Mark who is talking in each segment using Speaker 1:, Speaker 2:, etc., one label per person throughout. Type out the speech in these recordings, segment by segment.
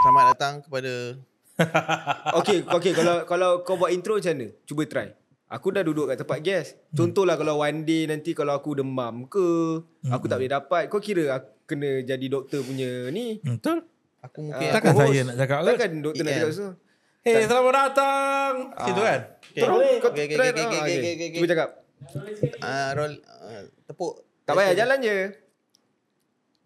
Speaker 1: datang kepada
Speaker 2: Okay, okay kalau kalau kau buat intro macam mana? Cuba try. Aku dah duduk kat tempat guest. Contohlah kalau one day nanti kalau aku demam ke, aku tak boleh dapat, kau kira aku kena jadi doktor punya ni.
Speaker 3: Betul?
Speaker 1: aku mungkin
Speaker 2: Ah,
Speaker 1: aku,
Speaker 3: Takkan
Speaker 2: host.
Speaker 3: saya nak cakap kot.
Speaker 2: Takkan doktor nak
Speaker 1: Ikan.
Speaker 2: cakap semua.
Speaker 3: Hei, Eh, selamat datang.
Speaker 2: Ah.
Speaker 3: Gitu kan?
Speaker 1: okay.
Speaker 2: Terus kau
Speaker 1: Okay, okay,
Speaker 2: try.
Speaker 1: okay,
Speaker 2: ah,
Speaker 1: okay,
Speaker 2: okay.
Speaker 1: okay, okay,
Speaker 2: Cuba cakap.
Speaker 1: ah, roll ah, tepuk
Speaker 2: Tak payah jalan je.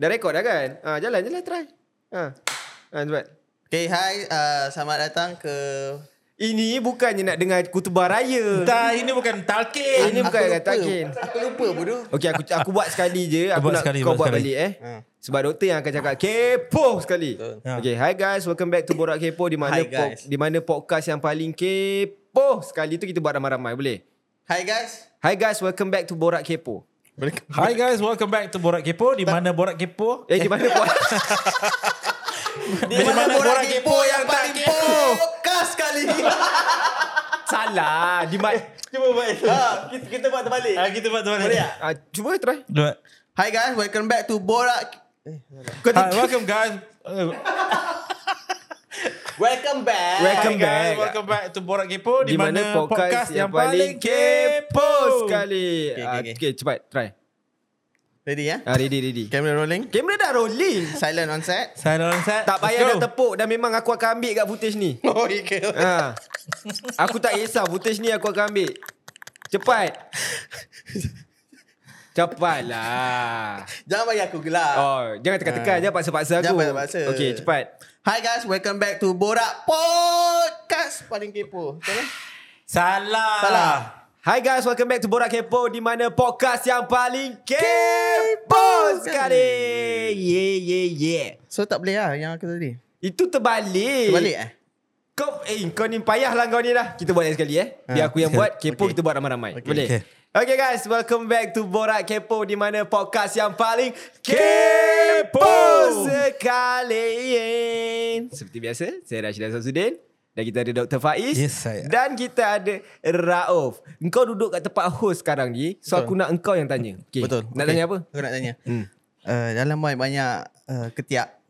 Speaker 2: Dah rekod dah kan? Ah jalan jalan try. Ha. Ha cepat.
Speaker 1: Okay, hi. Uh, selamat datang ke...
Speaker 2: Ini bukannya nak dengar kutubah raya.
Speaker 3: Dah, ini Eh, bukan talking.
Speaker 2: Ini
Speaker 1: Aku
Speaker 2: bukan
Speaker 1: lupa.
Speaker 2: kata takin.
Speaker 1: Aku lupa bodoh.
Speaker 2: Okey aku aku buat sekali je. Aku
Speaker 3: Buat
Speaker 2: nak
Speaker 3: sekali,
Speaker 2: kau
Speaker 3: buat
Speaker 2: buat
Speaker 3: sekali.
Speaker 2: balik eh.
Speaker 1: Ha.
Speaker 2: Sebab doktor yang akan cakap kepo sekali.
Speaker 1: Betul.
Speaker 3: Ha.
Speaker 2: Okay, hi guys, welcome back to Borak Kepo di mana
Speaker 1: Hi
Speaker 2: po-
Speaker 1: guys.
Speaker 2: di mana podcast yang paling kepo sekali tu kita buat ramai-ramai boleh.
Speaker 1: Hi guys.
Speaker 2: Hi guys, welcome back to Borak Kepo.
Speaker 3: Hi guys, welcome back to Borak Kepo. Di mana Borak Kepo?
Speaker 2: Eh di mana podcast
Speaker 1: Di
Speaker 3: mana borak kepo yang tak kepo?
Speaker 1: Kas sekali.
Speaker 2: salah di mana
Speaker 1: Cuba buat itu. Ha, kita, kita buat terbalik.
Speaker 2: Ya,
Speaker 3: Ah, kita buat teman
Speaker 1: Boleh tak?
Speaker 2: ah, cuba try.
Speaker 3: Dua.
Speaker 1: Hi guys, welcome back to Borak.
Speaker 2: Kau
Speaker 3: Hi,
Speaker 2: tengok.
Speaker 3: welcome guys. Uh,
Speaker 1: Welcome back.
Speaker 2: Welcome
Speaker 3: hi guys,
Speaker 2: back.
Speaker 3: welcome back to Borak Kepo
Speaker 2: Di mana podcast yang paling kepo
Speaker 1: Okay,
Speaker 2: sekali. Okay,
Speaker 1: okay,
Speaker 2: okay,
Speaker 1: okay.
Speaker 2: cepat try.
Speaker 1: Ready ya?
Speaker 2: Ah, ready ready.
Speaker 1: Camera rolling.
Speaker 2: Kamera dah rolling.
Speaker 1: Silent on set.
Speaker 3: Saya Lawan Sat.
Speaker 2: Tak
Speaker 3: Let's
Speaker 2: payah
Speaker 3: go.
Speaker 2: dah tepuk Dah memang aku akan ambil kat footage ni
Speaker 1: Oh, okay.
Speaker 2: ha. Aku tak kisah Footage ni aku akan ambil Cepat Cepatlah
Speaker 1: Jangan bagi aku gelap.
Speaker 2: Oh, Jangan tekan-tekan
Speaker 1: Ah.
Speaker 2: je Paksa-paksa aku
Speaker 1: Jangan paksa-paksa.
Speaker 2: Okay cepat
Speaker 1: Hi guys, welcome back to Borak Podcast paling kepo. eh? Macam mana?
Speaker 3: Salah.
Speaker 1: Salah.
Speaker 2: Hi guys, welcome back to Borak Kepo Di mana podcast yang paling kepo sekali Yeah, yeah, yeah
Speaker 1: So tak boleh lah yang aku tadi.
Speaker 2: Itu terbalik
Speaker 1: Terbalik eh?
Speaker 2: Kau eh kau ni payahlah kau ni dah. Kita buat lain sekali eh.
Speaker 1: Ha.
Speaker 2: Biar aku yang buat, kepo
Speaker 1: Okay.
Speaker 2: kita buat ramai-ramai.
Speaker 1: Okay.
Speaker 2: Boleh.
Speaker 3: Okay.
Speaker 2: Okay. guys, welcome back to Borak Kepo di mana podcast yang paling kepo sekali. Seperti biasa, saya Rashid Samsudin dan kita ada Dr. Faiz
Speaker 3: Yes, saya.
Speaker 2: dan kita ada Rauf. Engkau duduk kat tempat host sekarang ni, so
Speaker 1: Betul.
Speaker 2: aku nak engkau yang tanya. Okay.
Speaker 1: Betul.
Speaker 2: Nak
Speaker 1: Okay.
Speaker 2: tanya apa?
Speaker 1: Aku nak tanya.
Speaker 2: Hmm.
Speaker 1: Uh, dalam banyak-banyak uh, ketiak.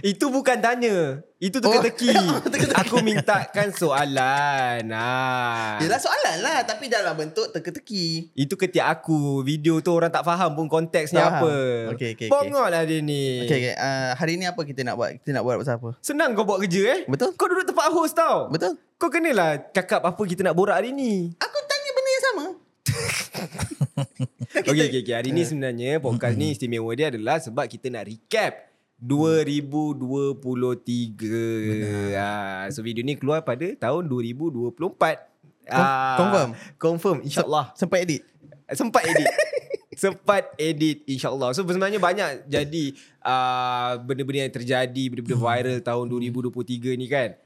Speaker 2: Itu bukan tanya. Itu teka-teki.
Speaker 1: Oh. Teka-teki.
Speaker 2: aku mintakan soalan. Ah.
Speaker 1: Yelah soalan lah. Tapi dalam bentuk teka-teki.
Speaker 2: Itu ketiak aku Video tu orang tak faham pun konteksnya
Speaker 1: Tak faham.
Speaker 2: apa
Speaker 1: Okey, okey, okey.
Speaker 2: Bongok lah dia ni
Speaker 1: Okay, okay. Uh, hari ni apa kita nak buat? Kita nak buat pasal apa?
Speaker 2: Senang kau buat kerja eh
Speaker 1: Betul.
Speaker 2: Kau duduk tempat host tau
Speaker 1: Betul?
Speaker 2: Kau kenalah cakap apa kita nak borak hari ni
Speaker 1: Aku tanya benda yang sama.
Speaker 2: Okey okey okey hari
Speaker 1: Eh.
Speaker 2: ni sebenarnya podcast ni istimewa dia adalah sebab kita nak recap 2023 ah, So video ni keluar pada tahun 2024 Ah,
Speaker 1: confirm?
Speaker 2: Confirm insyaAllah
Speaker 1: Sampai edit.
Speaker 2: Sempat edit Sempat edit insyaAllah So sebenarnya banyak jadi uh, Benda-benda yang terjadi Benda-benda viral tahun 2023 ni kan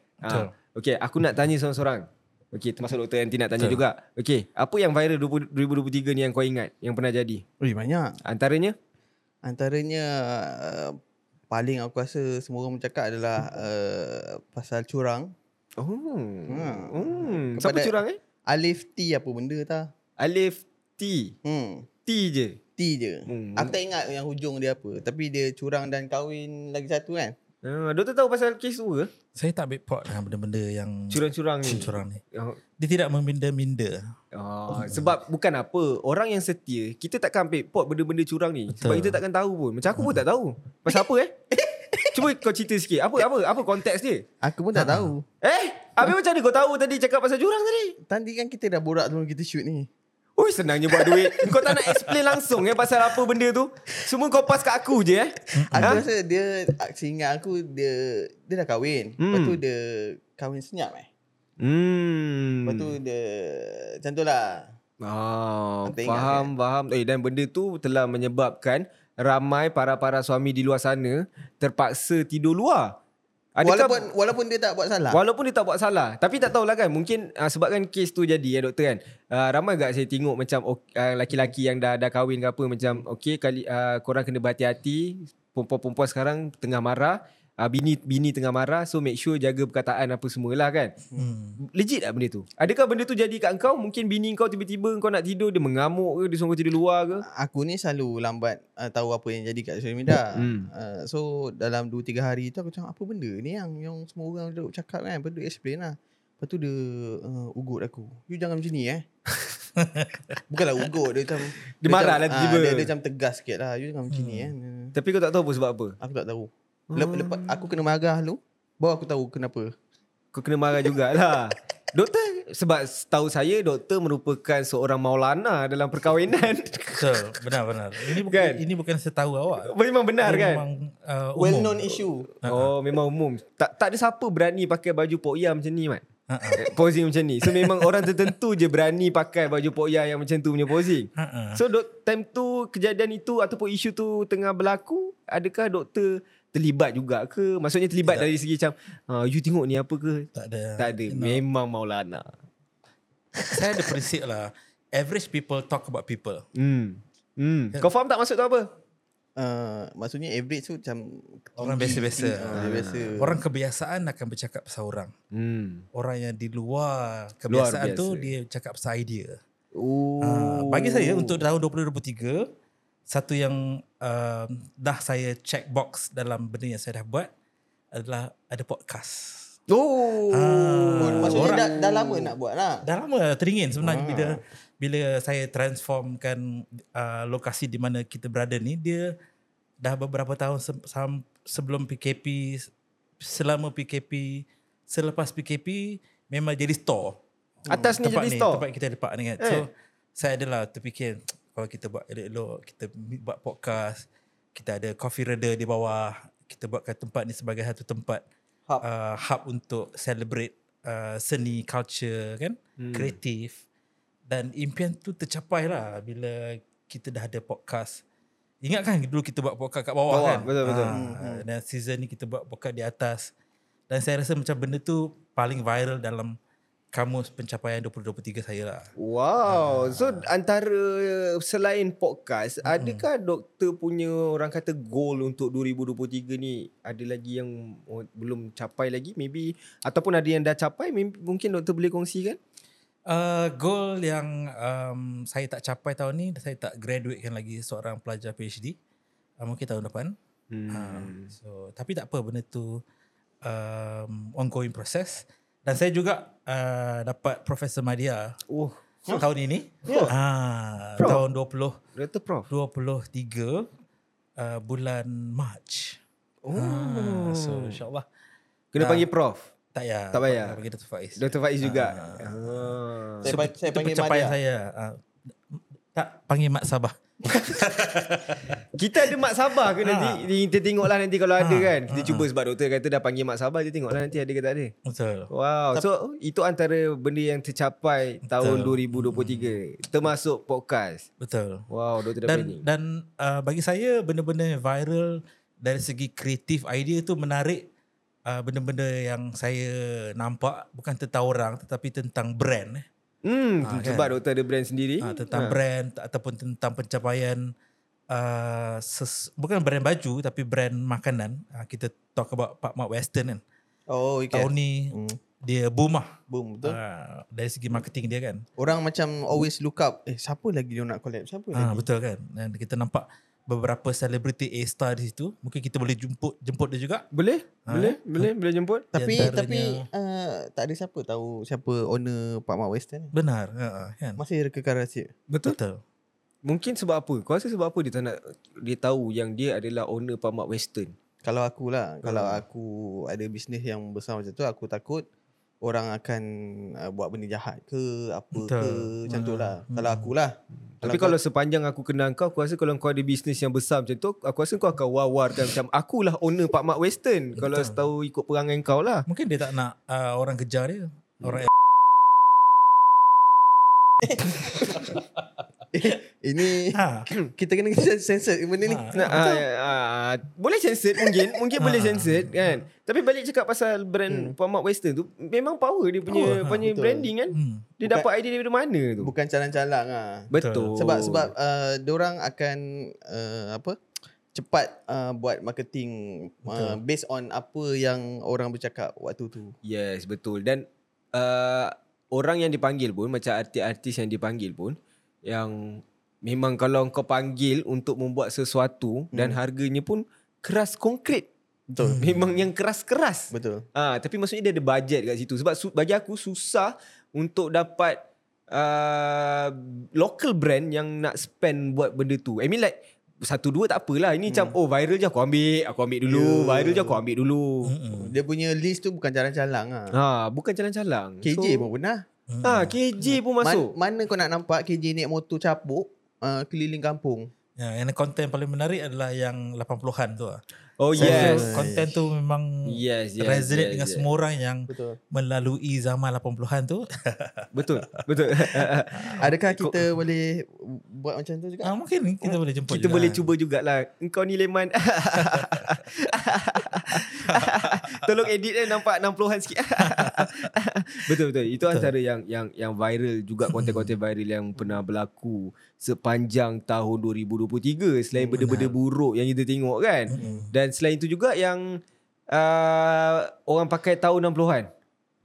Speaker 2: uh,
Speaker 3: Betul.
Speaker 2: Okay aku nak tanya seorang-seorang Okay termasuk doktor nanti nak tanya
Speaker 3: Betul.
Speaker 2: juga Okay apa yang viral 20- 2023 ni yang kau ingat Yang pernah jadi
Speaker 1: Ui banyak.
Speaker 2: Antaranya
Speaker 1: Antaranya uh, paling aku rasa semua orang bercakap adalah uh, pasal curang.
Speaker 2: Oh,
Speaker 1: Hmm.
Speaker 2: hmm. Siapa
Speaker 1: Kepada-
Speaker 2: curang eh
Speaker 1: Alif T apa benda tak?
Speaker 2: Alif T
Speaker 1: Hmm.
Speaker 2: T je
Speaker 1: T je.
Speaker 2: Hmm.
Speaker 1: Aku tak ingat yang hujung dia apa. Tapi dia curang dan kahwin lagi satu kan?
Speaker 2: uh, Doktor tahu pasal kes tu ke
Speaker 3: Saya tak ambil pot dengan benda-benda yang
Speaker 2: Curang-curang ni
Speaker 3: curang ni.
Speaker 2: oh.
Speaker 3: Dia tidak meminda-minda.
Speaker 2: Oh, sebab bukan apa Orang yang setia Kita takkan ambil pot benda-benda curang ni Betul. Sebab
Speaker 3: Betul.
Speaker 2: kita takkan tahu pun Macam aku pun tak tahu Pasal apa eh Cuba kau cerita sikit Apa apa apa konteks dia
Speaker 1: Aku pun tak tahu.
Speaker 2: Eh Habis macam mana kau tahu tadi Cakap pasal curang tadi
Speaker 1: Tadi kan kita dah borak sebelum kita shoot ni.
Speaker 2: Ui senangnya buat duit Kau tak nak explain langsung eh Pasal apa benda tu Semua kau pas kat aku je eh
Speaker 1: Aku
Speaker 2: ha?
Speaker 1: rasa dia seingat aku dia dia dah kahwin. Hmm. Lepas
Speaker 2: Hmm.
Speaker 1: tu dia kahwin senyap eh.
Speaker 2: Hmm
Speaker 1: Lepas tu dia macam tu lah.
Speaker 2: Oh,
Speaker 1: Aku tak ingat
Speaker 2: faham, faham. Eh, dan benda tu telah menyebabkan ramai para-para suami di luar sana terpaksa tidur luar. Adakah,
Speaker 1: Walaupun walaupun dia tak buat salah.
Speaker 2: walaupun dia tak buat salah. Tapi tak tahulah kan, mungkin uh, sebabkan kes tu jadi ya doktor kan. Uh, ramai gak saya tengok macam ok- ah, laki-laki yang dah dah kahwin ah, ke apa macam okey kali uh, korang kena berhati-hati. Perempuan-perempuan sekarang tengah marah. uh, bini bini tengah marah so make sure jaga perkataan apa semualah kan. Hmm. Legit tak benda tu? Adakah benda tu jadi kat kau? Mungkin bini kau tiba-tiba kau nak tidur dia mengamuk ke dia suruh kau tidur luar ke?
Speaker 1: Aku ni selalu lambat uh, tahu apa yang jadi kat social media.
Speaker 2: Hmm.
Speaker 1: Uh, so dalam 2 3 hari tu aku macam apa benda ni yang yang semua orang duduk cakap kan, perlu explain lah. Lepas tu dia uh, ugut aku. You jangan macam ni eh. Bukanlah ugut dia macam
Speaker 2: Dia marah
Speaker 1: macam,
Speaker 2: lah
Speaker 1: ah,
Speaker 2: tiba-tiba. Hmm.
Speaker 1: dia, dia macam tegas sikit lah. You jangan macam ni eh.
Speaker 2: Tapi kau tak tahu apa sebab apa.
Speaker 1: Aku tak tahu.
Speaker 2: Hmm.
Speaker 1: Lep, lepas aku kena marah dulu, baru aku tahu kenapa.
Speaker 2: Kau kena marah jugalah. Doktor sebab tahu saya doktor merupakan seorang maulana dalam perkahwinan.
Speaker 3: Betul, benar-benar. Ini bukan
Speaker 2: Kan?
Speaker 3: ini bukan setahu awak.
Speaker 2: memang benar
Speaker 3: Ini
Speaker 2: kan?
Speaker 3: Memang, uh, umum.
Speaker 1: Well known issue.
Speaker 2: Oh memang umum. Tak tak ada siapa berani pakai baju poya macam ni Mat.
Speaker 3: Ha, ha.
Speaker 2: Eh, posing macam ni. So memang orang tertentu je berani pakai baju poya yang macam tu punya posing.
Speaker 3: Ha, ha.
Speaker 2: So dok, time tu kejadian itu ataupun isu tu tengah berlaku, adakah doktor terlibat juga ke? Maksudnya terlibat dari segi macam ah, you tengok ni apa ke?
Speaker 3: Tak ada.
Speaker 2: Tak ada. Memang Maulana.
Speaker 3: Saya ada prinsip lah. Average people talk about people.
Speaker 2: Hmm. Hmm. Kau faham tak maksud tu apa?
Speaker 1: Uh, maksudnya average tu macam
Speaker 3: Orang biasa-biasa.
Speaker 1: uh, biasa.
Speaker 2: Ah.
Speaker 3: Orang kebiasaan akan bercakap pasal orang.
Speaker 2: Hmm.
Speaker 3: Orang yang di luar kebiasaan
Speaker 2: biasa.
Speaker 3: tu dia cakap pasal idea.
Speaker 1: Oh.
Speaker 3: Ah, bagi saya untuk tahun 2023 satu yang um, dah saya check box dalam benda yang saya dah buat adalah ada podcast.
Speaker 1: Oh,
Speaker 2: Oh.
Speaker 3: Ah,
Speaker 1: maksudnya dah, dah lama nak buat lah.
Speaker 3: dah lama teringin sebenarnya bila bila saya transformkan uh, lokasi di mana kita berada ni dia dah beberapa tahun se- sam- sebelum PKP selama PKP selepas PKP memang jadi store
Speaker 2: Atas ni
Speaker 3: tempat
Speaker 2: jadi
Speaker 3: ni,
Speaker 2: store.
Speaker 3: tempat kita lepak ni kan. So saya adalah terfikir kalau kita buat elok-elok, kita buat podcast, kita ada coffee reader di bawah, kita buatkan tempat ni sebagai satu tempat
Speaker 1: Hub.
Speaker 3: uh, hub untuk celebrate uh, seni, culture kan, hmm. kreatif. Dan impian tu tercapai lah bila kita dah ada podcast. Ingat kan dulu kita buat podcast kat bawah,
Speaker 2: Bawah,
Speaker 3: kan?
Speaker 2: betul, betul.
Speaker 3: Ah, Dan season ni kita buat podcast di atas. Dan saya rasa macam benda tu paling viral dalam kamus pencapaian 2023 saya lah.
Speaker 2: Wow. So antara selain podcast, adakah doktor punya orang kata goal untuk 2023 ni ada lagi yang oh, belum capai lagi maybe ataupun ada yang dah capai maybe, mungkin doktor boleh kongsikan?
Speaker 3: Uh, goal yang um, saya tak capai tahun ni, saya tak graduatekan lagi seorang pelajar PhD. Uh, mungkin tahun depan.
Speaker 2: Hmm.
Speaker 3: Uh, so, tapi tak apa benda tu um, ongoing proses. Dan saya juga uh, dapat Profesor Madia
Speaker 2: Oh,
Speaker 3: tahun ini.
Speaker 2: Yeah.
Speaker 3: Ah,
Speaker 2: Prof.
Speaker 3: tahun 20
Speaker 2: doktor prof.
Speaker 3: 23 uh, bulan Mac.
Speaker 2: Oh.
Speaker 3: Ah, so insyaallah
Speaker 2: Kena panggil prof.
Speaker 3: tak payah.
Speaker 2: Tak payah.
Speaker 3: Bagi Dato' Faiz.
Speaker 2: Doktor Faiz juga. Ah.
Speaker 1: Saya,
Speaker 3: So,
Speaker 1: pa- saya
Speaker 3: itu
Speaker 1: panggil
Speaker 3: pencapaian
Speaker 1: Maria.
Speaker 3: saya. Ah, tak panggil Mak Sabah.
Speaker 2: Kita ada mak Sabah ke nanti? Kita tengoklah nanti kalau ada
Speaker 3: Ah.
Speaker 2: kan. Kita cuba sebab doktor kata dah panggil mak Sabah, kita tengoklah nanti ada ke tak ada.
Speaker 3: Betul.
Speaker 2: Wow. So itu antara benda yang tercapai tahun 2023 termasuk podcast.
Speaker 3: Betul.
Speaker 2: Wow, doktor dah
Speaker 3: Hmm. Dan
Speaker 2: planning.
Speaker 3: dan uh, bagi saya benda-benda yang viral dari segi kreatif idea tu menarik uh, benda-benda yang saya nampak bukan tentang orang tetapi tentang brand eh.
Speaker 2: Hmm,
Speaker 3: Ah, kan?
Speaker 2: sebab doktor ada brand sendiri.
Speaker 3: Ah, tentang brand ta- ataupun tentang pencapaian uh, ses- bukan brand baju tapi brand makanan. Uh, kita talk about Pak Mak Western kan.
Speaker 1: Oh, okay.
Speaker 3: Tahun ni
Speaker 1: Hmm.
Speaker 3: dia boomah
Speaker 1: Boom, betul.
Speaker 3: uh, dari segi marketing dia kan.
Speaker 1: Orang macam always look up, eh siapa lagi dia nak collab? Siapa
Speaker 3: Ah
Speaker 1: lagi?
Speaker 3: betul kan. Dan kita nampak beberapa selebriti A star di situ. Mungkin kita boleh jemput jemput dia juga.
Speaker 2: Boleh?
Speaker 3: Ah.
Speaker 2: Boleh? Boleh boleh jemput?
Speaker 1: Tapi
Speaker 3: Di antaranya-
Speaker 1: tapi uh, tak ada siapa tahu siapa owner Pak Mak Western. ni.
Speaker 3: Benar. Ha, ha, kan?
Speaker 1: Masih kekal rahsia.
Speaker 2: Betul.
Speaker 3: Betul.
Speaker 2: Mungkin sebab apa? Kau rasa sebab apa dia tak nak dia tahu yang dia adalah owner Pamak Western?
Speaker 1: Kalau aku lah, kalau
Speaker 3: Ah.
Speaker 1: aku ada bisnes yang besar macam tu, aku takut orang akan uh, buat benda jahat ke apa
Speaker 3: Betul.
Speaker 1: ke macam tu lah.
Speaker 3: Hmm.
Speaker 1: Kalau akulah.
Speaker 2: Tapi kalau sepanjang aku kenal kau, aku rasa kalau kau ada bisnes yang besar macam tu, aku rasa kau akan wawarkan macam akulah owner Pak Mak Western kalau setahu ikut perangai kau lah.
Speaker 3: Mungkin dia tak nak uh, orang kejar dia. Orang
Speaker 1: ini
Speaker 3: ha.
Speaker 1: kita kena sensor benda ni.
Speaker 3: Ha.
Speaker 2: Nah, ah, ah, boleh censored mungkin Mungkin
Speaker 1: Ah.
Speaker 2: boleh censored kan Tapi balik cakap pasal Brand hmm. Pamak Western tu Memang power dia punya,
Speaker 3: Power, ha,
Speaker 2: punya
Speaker 1: ah, betul.
Speaker 2: branding kan
Speaker 3: Hmm.
Speaker 2: Dia
Speaker 1: Bukan-
Speaker 2: dapat idea daripada mana tu
Speaker 1: Bukan calang-calang ah.
Speaker 2: Betul
Speaker 1: Sebab sebab uh, orang akan uh, apa? cepat uh, buat marketing uh, based on apa yang orang bercakap waktu tu.
Speaker 2: Yes, betul. Dan uh, orang yang dipanggil pun macam artis-artis yang dipanggil pun yang memang kalau kau panggil untuk membuat sesuatu hmm. dan harganya pun keras konkret.
Speaker 1: Betul.
Speaker 2: Memang yang keras-keras.
Speaker 1: Hmm. Betul.
Speaker 2: Ah, tapi maksudnya dia ada bajet kat situ sebab su- bagi aku susah untuk dapat uh, local brand yang nak spend buat benda tu. I mean like satu dua tak apalah. Ini macam oh viral je aku ambil, aku ambil dulu,
Speaker 1: Yeah.
Speaker 2: yeah. viral je aku ambil dulu.
Speaker 3: Mm-mm.
Speaker 1: Dia punya list tu bukan calang-calang ah.
Speaker 2: Ha, bukan jalan-jalan.
Speaker 1: KJ pun pernah.
Speaker 3: Mm-mm.
Speaker 1: Ah.
Speaker 2: Ha, KJ pun masuk.
Speaker 1: Man, mana kau nak nampak KJ naik motor capuk uh, keliling kampung.
Speaker 3: Ya, yang konten paling menarik adalah yang 80-an tu lah.
Speaker 2: oh
Speaker 3: So,
Speaker 2: yes.
Speaker 3: Konten tu memang
Speaker 2: Yes, yes. yes,
Speaker 3: resonate dengan
Speaker 2: yes.
Speaker 3: semua orang yang
Speaker 1: Betul.
Speaker 3: melalui zaman 80-an tu.
Speaker 2: Betul, betul.
Speaker 1: Adakah kita boleh buat macam tu juga?
Speaker 3: Ah, mungkin kita boleh
Speaker 2: Oh,
Speaker 3: jemput lah.
Speaker 2: Kita
Speaker 3: juga.
Speaker 2: boleh cuba jugalah. Engkau ni leman. Tolong edit eh nampak 60-an sikit. betul betul. Itu antara yang yang yang viral juga konten-konten viral yang pernah berlaku sepanjang tahun 2023 selain benda-benda buruk yang kita tengok kan. Dan selain itu juga yang uh, orang pakai tahun 60-an.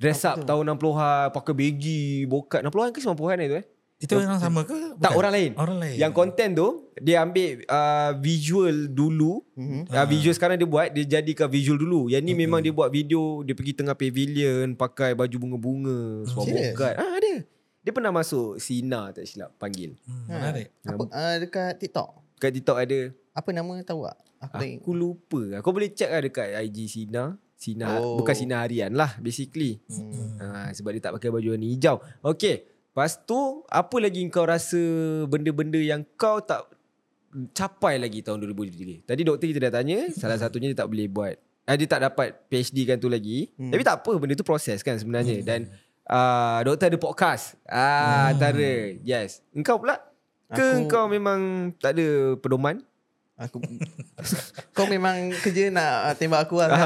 Speaker 2: Dress up tahun 60-an, pakai begi, bokat 60-an ke 90-an itu eh?
Speaker 3: Itu orang sama ke? Bukan.
Speaker 2: Tak orang lain.
Speaker 3: Orang lain.
Speaker 1: Eh.
Speaker 2: Yang konten tu dia ambil uh, visual dulu.
Speaker 1: Mhm.
Speaker 2: Uh, visual sekarang dia buat dia jadikan visual dulu. Yang ni memang dia buat video, dia pergi tengah pavilion pakai baju bunga-bunga,
Speaker 1: Hmm.
Speaker 2: suara
Speaker 1: Serious?
Speaker 2: bokat. Ah ada. Dia pernah masuk Sina tak silap panggil.
Speaker 3: Hmm, menarik.
Speaker 1: Apa uh, dekat TikTok?
Speaker 2: Kat TikTok ada.
Speaker 1: Apa nama tahu tak? Aku tak ingat.
Speaker 2: Aku lupa. Kau boleh check lah dekat IG Sina. Sina
Speaker 1: Oh.
Speaker 2: bukan Sina harian lah basically.
Speaker 1: Hmm.
Speaker 2: Ha, sebab dia tak pakai baju warna hijau. Okey. Lepas tu, apa lagi kau rasa benda-benda yang kau tak capai lagi tahun 2023? Tadi doktor kita dah tanya, salah satunya dia tak boleh buat. Eh, dia tak dapat PhD kan tu lagi.
Speaker 1: Hmm.
Speaker 2: Tapi tak apa, benda tu proses kan sebenarnya. Dan uh, doktor ada podcast. Ah, antara. Yes. Engkau pula? Ke
Speaker 1: Hmm. Aku-
Speaker 2: kau memang tak ada pedoman?
Speaker 1: Aku Kau memang kerja nak uh, tembak aku lah
Speaker 2: Ah,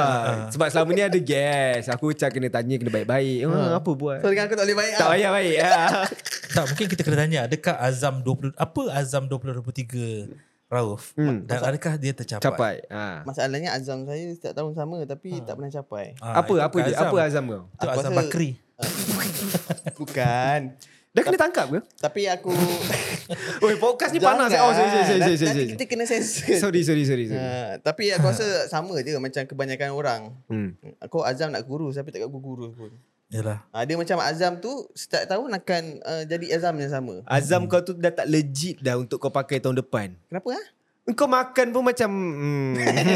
Speaker 1: kan?
Speaker 2: Sebab selama ni ada guest. Aku macam kena tanya kena baik-baik. Ah, apa buat?
Speaker 1: So dengan aku tak boleh baik
Speaker 2: Tak
Speaker 1: lah.
Speaker 2: payah baik. Ah.
Speaker 3: Tak, mungkin kita kena tanya adakah Azam 20 apa Azam 2023 Rauf
Speaker 2: Hmm.
Speaker 3: dan adakah dia tercapai?
Speaker 2: Capai. Ah.
Speaker 1: Masalahnya azam saya setiap tahun sama
Speaker 2: Ha.
Speaker 1: tapi tak pernah capai.
Speaker 3: Ah,
Speaker 2: Apa
Speaker 3: itu
Speaker 2: apa
Speaker 3: bukan
Speaker 2: dia? Apa azam kau?
Speaker 3: Itu
Speaker 1: Aku
Speaker 3: Azam
Speaker 1: rasa-
Speaker 3: Bakri.
Speaker 1: Bukan.
Speaker 2: Dah kena tangkap ke?
Speaker 1: tapi aku
Speaker 2: Oi, podcast ni panas.
Speaker 1: Jangan.
Speaker 2: Oh, sorry sorry sorry
Speaker 1: Nanti- Nanti
Speaker 2: sorry. Sorry
Speaker 1: kita kena sensor.
Speaker 2: sorry sorry. sorry, sorry.
Speaker 1: Ah, tapi aku rasa sama je macam kebanyakan orang.
Speaker 2: Hmm.
Speaker 1: Kau azam nak gurus tapi tak aku gurus pun.
Speaker 3: Yalah.
Speaker 1: Ah, dia macam azam tu setiap tahun akan uh, jadi azam yang sama.
Speaker 2: Azam kau tu dah tak legit dah untuk kau pakai tahun depan.
Speaker 1: Kenapa ah?
Speaker 2: Kau makan pun macam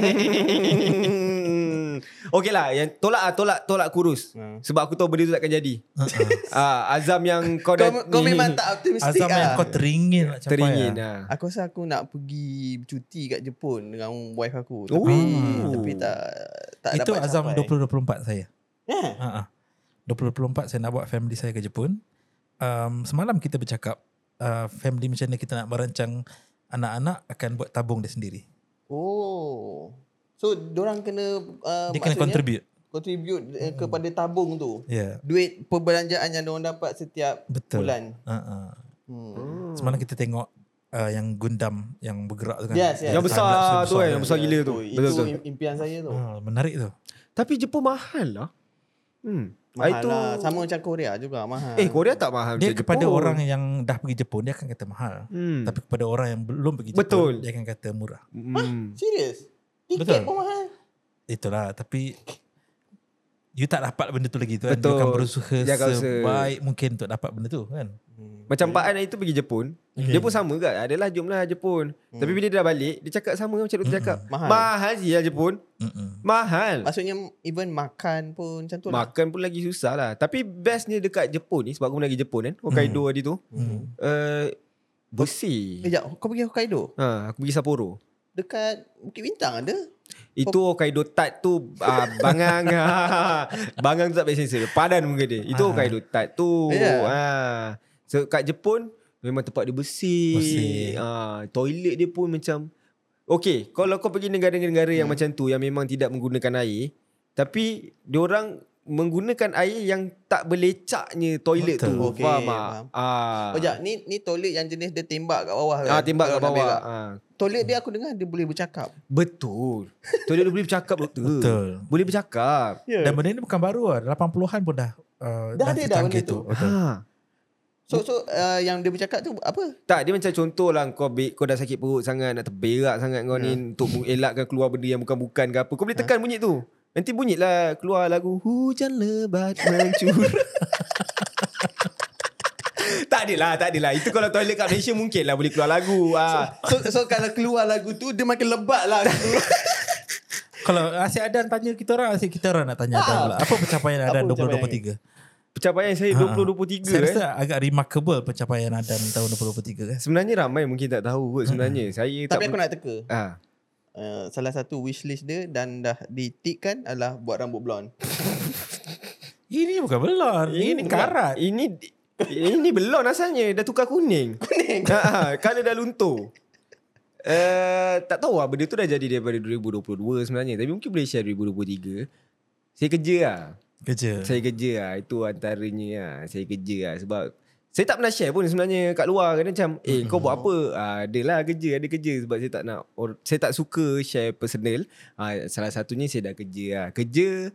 Speaker 2: hmm. Okey lah yang tolak ah tolak tolak kurus.
Speaker 1: Ha.
Speaker 2: Sebab aku tahu benda tu takkan jadi.
Speaker 3: Uh-uh.
Speaker 2: ah, azam yang kau
Speaker 1: Kau,
Speaker 2: dah
Speaker 1: kau memang tak optimistik
Speaker 3: Azam yang
Speaker 1: ah.
Speaker 3: kau teringin nak capai.
Speaker 2: lah. teringin
Speaker 3: ah.
Speaker 2: ah.
Speaker 1: Aku rasa aku nak pergi cuti kat Jepun dengan wife aku.
Speaker 2: Oh.
Speaker 1: Tapi, tapi tak tak
Speaker 3: Itu
Speaker 1: dapat
Speaker 3: Azam
Speaker 1: capai. Ya.
Speaker 3: 2024 saya.
Speaker 1: Yeah.
Speaker 3: Ha ah. 2024 saya nak bawa family saya ke Jepun. Um, semalam kita bercakap uh, family macam mana kita nak merancang anak-anak akan buat tabung dia sendiri.
Speaker 1: Oh. So dorang kena uh,
Speaker 3: Dia
Speaker 1: maksudnya
Speaker 3: kena contribute.
Speaker 1: contribute eh, kepada tabung tu.
Speaker 3: Ya, yeah,
Speaker 1: Duit perbelanjaan yang dorang dapat setiap
Speaker 3: betul.
Speaker 1: bulan.
Speaker 3: Ha ah.
Speaker 1: Hmm.
Speaker 3: Semalam kita tengok uh, yang gundam yang bergerak tu kan.
Speaker 1: Yes, yes.
Speaker 2: Yang besar tu kan, yang besar gila tu.
Speaker 1: Oh, itu
Speaker 2: Betul betul.
Speaker 1: im- impian saya tu.
Speaker 3: Ah, menarik tu.
Speaker 2: Tapi Jepun mahal lah. Hmm.
Speaker 1: Mahal
Speaker 2: Itu-
Speaker 1: lah. Sama macam Korea juga mahal.
Speaker 2: Eh Korea tak mahal
Speaker 3: Dia
Speaker 2: macam
Speaker 3: kepada
Speaker 2: Jepun.
Speaker 3: orang yang dah pergi Jepun dia akan kata mahal.
Speaker 2: hmm.
Speaker 3: Tapi kepada orang yang belum pergi Jepun
Speaker 2: Betul.
Speaker 3: dia akan kata murah.
Speaker 2: hmm.
Speaker 1: Serius? Tiket
Speaker 3: Betul.
Speaker 1: pun mahal.
Speaker 3: Itulah tapi you tak dapat benda tu lagi tu kan. You
Speaker 2: Betul.
Speaker 3: akan berusaha
Speaker 2: Dia akan usaha.
Speaker 3: sebaik mungkin untuk dapat benda tu kan.
Speaker 2: Macam Pak An itu pergi Jepun
Speaker 3: Okay.
Speaker 2: Dia pun sama kan Adalah jomlah Jepun Tapi bila dia dah balik Dia cakap sama macam
Speaker 3: Hmm.
Speaker 2: doktor cakap
Speaker 1: Hmm. Mahal.
Speaker 2: Mahal sih lah Jepun
Speaker 3: Mm-mm.
Speaker 2: Mahal
Speaker 1: Maksudnya even makan pun macam tu lah.
Speaker 2: Makan pun lagi susah lah Tapi bestnya dekat Jepun ni Sebab aku pernah pergi Jepun kan Hokkaido tadi tu
Speaker 3: Mm.
Speaker 2: uh,
Speaker 1: Eh,
Speaker 2: Bersih
Speaker 1: Sekejap, kau pergi Hokkaido?
Speaker 2: ha, Aku pergi Sapporo
Speaker 1: Dekat Bukit Bintang ada?
Speaker 2: Itu
Speaker 3: Oh.
Speaker 2: Hokkaido Tat tu ah, Bangang ah. Bangang tu tak payah sensor Padan muka dia
Speaker 3: Ah.
Speaker 2: Itu Hokkaido Tat tu
Speaker 1: Ya.
Speaker 2: ah. So kat Jepun Memang tempat dia bersih,
Speaker 3: Bersih.
Speaker 2: Ah, Toilet dia pun macam Okay Kalau kau pergi negara-negara
Speaker 3: Hmm.
Speaker 2: yang macam tu Yang memang tidak menggunakan air Tapi Diorang Menggunakan air yang tak berlecaknya toilet
Speaker 3: Betul.
Speaker 2: tu
Speaker 3: Oh,
Speaker 1: Okey,
Speaker 2: Faham tak?
Speaker 1: faham.
Speaker 2: Ah.
Speaker 1: Oh, sekejap. Ni, ni toilet yang jenis dia tembak kat bawah
Speaker 2: Ah, tembak kat
Speaker 1: Kalau nak
Speaker 2: bawah.
Speaker 1: berak.
Speaker 2: Ah.
Speaker 1: toilet dia aku dengar dia boleh bercakap.
Speaker 2: Betul. Toilet dia boleh bercakap doktor.
Speaker 3: Betul.
Speaker 2: Boleh bercakap.
Speaker 1: Ya.
Speaker 3: Dan benda ni bukan baru lah. 80-an pun dah uh,
Speaker 1: Dah ada dah
Speaker 3: tercanggih
Speaker 1: benda tu.
Speaker 3: Betul.
Speaker 2: Ha.
Speaker 1: So so uh, yang dia bercakap tu apa?
Speaker 2: Tak, dia macam contoh lah kau, be- kau dah sakit perut sangat, nak terberak sangat kau
Speaker 1: Ya.
Speaker 2: ni untuk elakkan keluar benda yang bukan-bukan ke apa. Kau boleh tekan bunyi tu. Nanti bunyi lah keluar lagu Hujan lebat mencur. tak adalah, tak adalah. Itu kalau toilet kat Malaysia mungkin lah boleh keluar lagu. Ah.
Speaker 1: So so kalau keluar lagu tu dia makin lebat lah.
Speaker 3: Kalau asyik Adan tanya kita orang, asyik kita orang nak tanya Adan
Speaker 1: Ah.
Speaker 3: pula. Apa pencapaian Adan
Speaker 1: Apa pencapaian?
Speaker 3: 2023?
Speaker 2: Pencapaian saya
Speaker 3: Ha.
Speaker 2: 2023
Speaker 3: Saya
Speaker 2: eh.
Speaker 3: rasa agak remarkable pencapaian Adan tahun 2023 guys.
Speaker 2: Sebenarnya ramai mungkin tak tahu kot sebenarnya. Saya
Speaker 1: Hmm. Tapi
Speaker 2: tak
Speaker 1: aku nak teka.
Speaker 2: Ah.
Speaker 1: Uh, salah satu wish list dia dan dah ditikkan adalah buat rambut blonde.
Speaker 3: Ini bukan belon, ini, karat.
Speaker 2: Ini ini belon asalnya dah tukar kuning. Kuning. Ha kalau dah luntur. Uh, tak tahu lah benda tu dah jadi daripada 2022 sebenarnya tapi mungkin boleh share 2023. Saya kerja lah.
Speaker 3: Kerja.
Speaker 2: Saya kerja lah itu antaranya lah. Saya kerja lah sebab saya tak pernah share pun sebenarnya kat luar kan macam eh kau buat apa? Ah, ada lah kerja, ada kerja sebab saya tak nak or, saya tak suka share personal. Ah, salah satunya saya dah kerja lah. Kerja,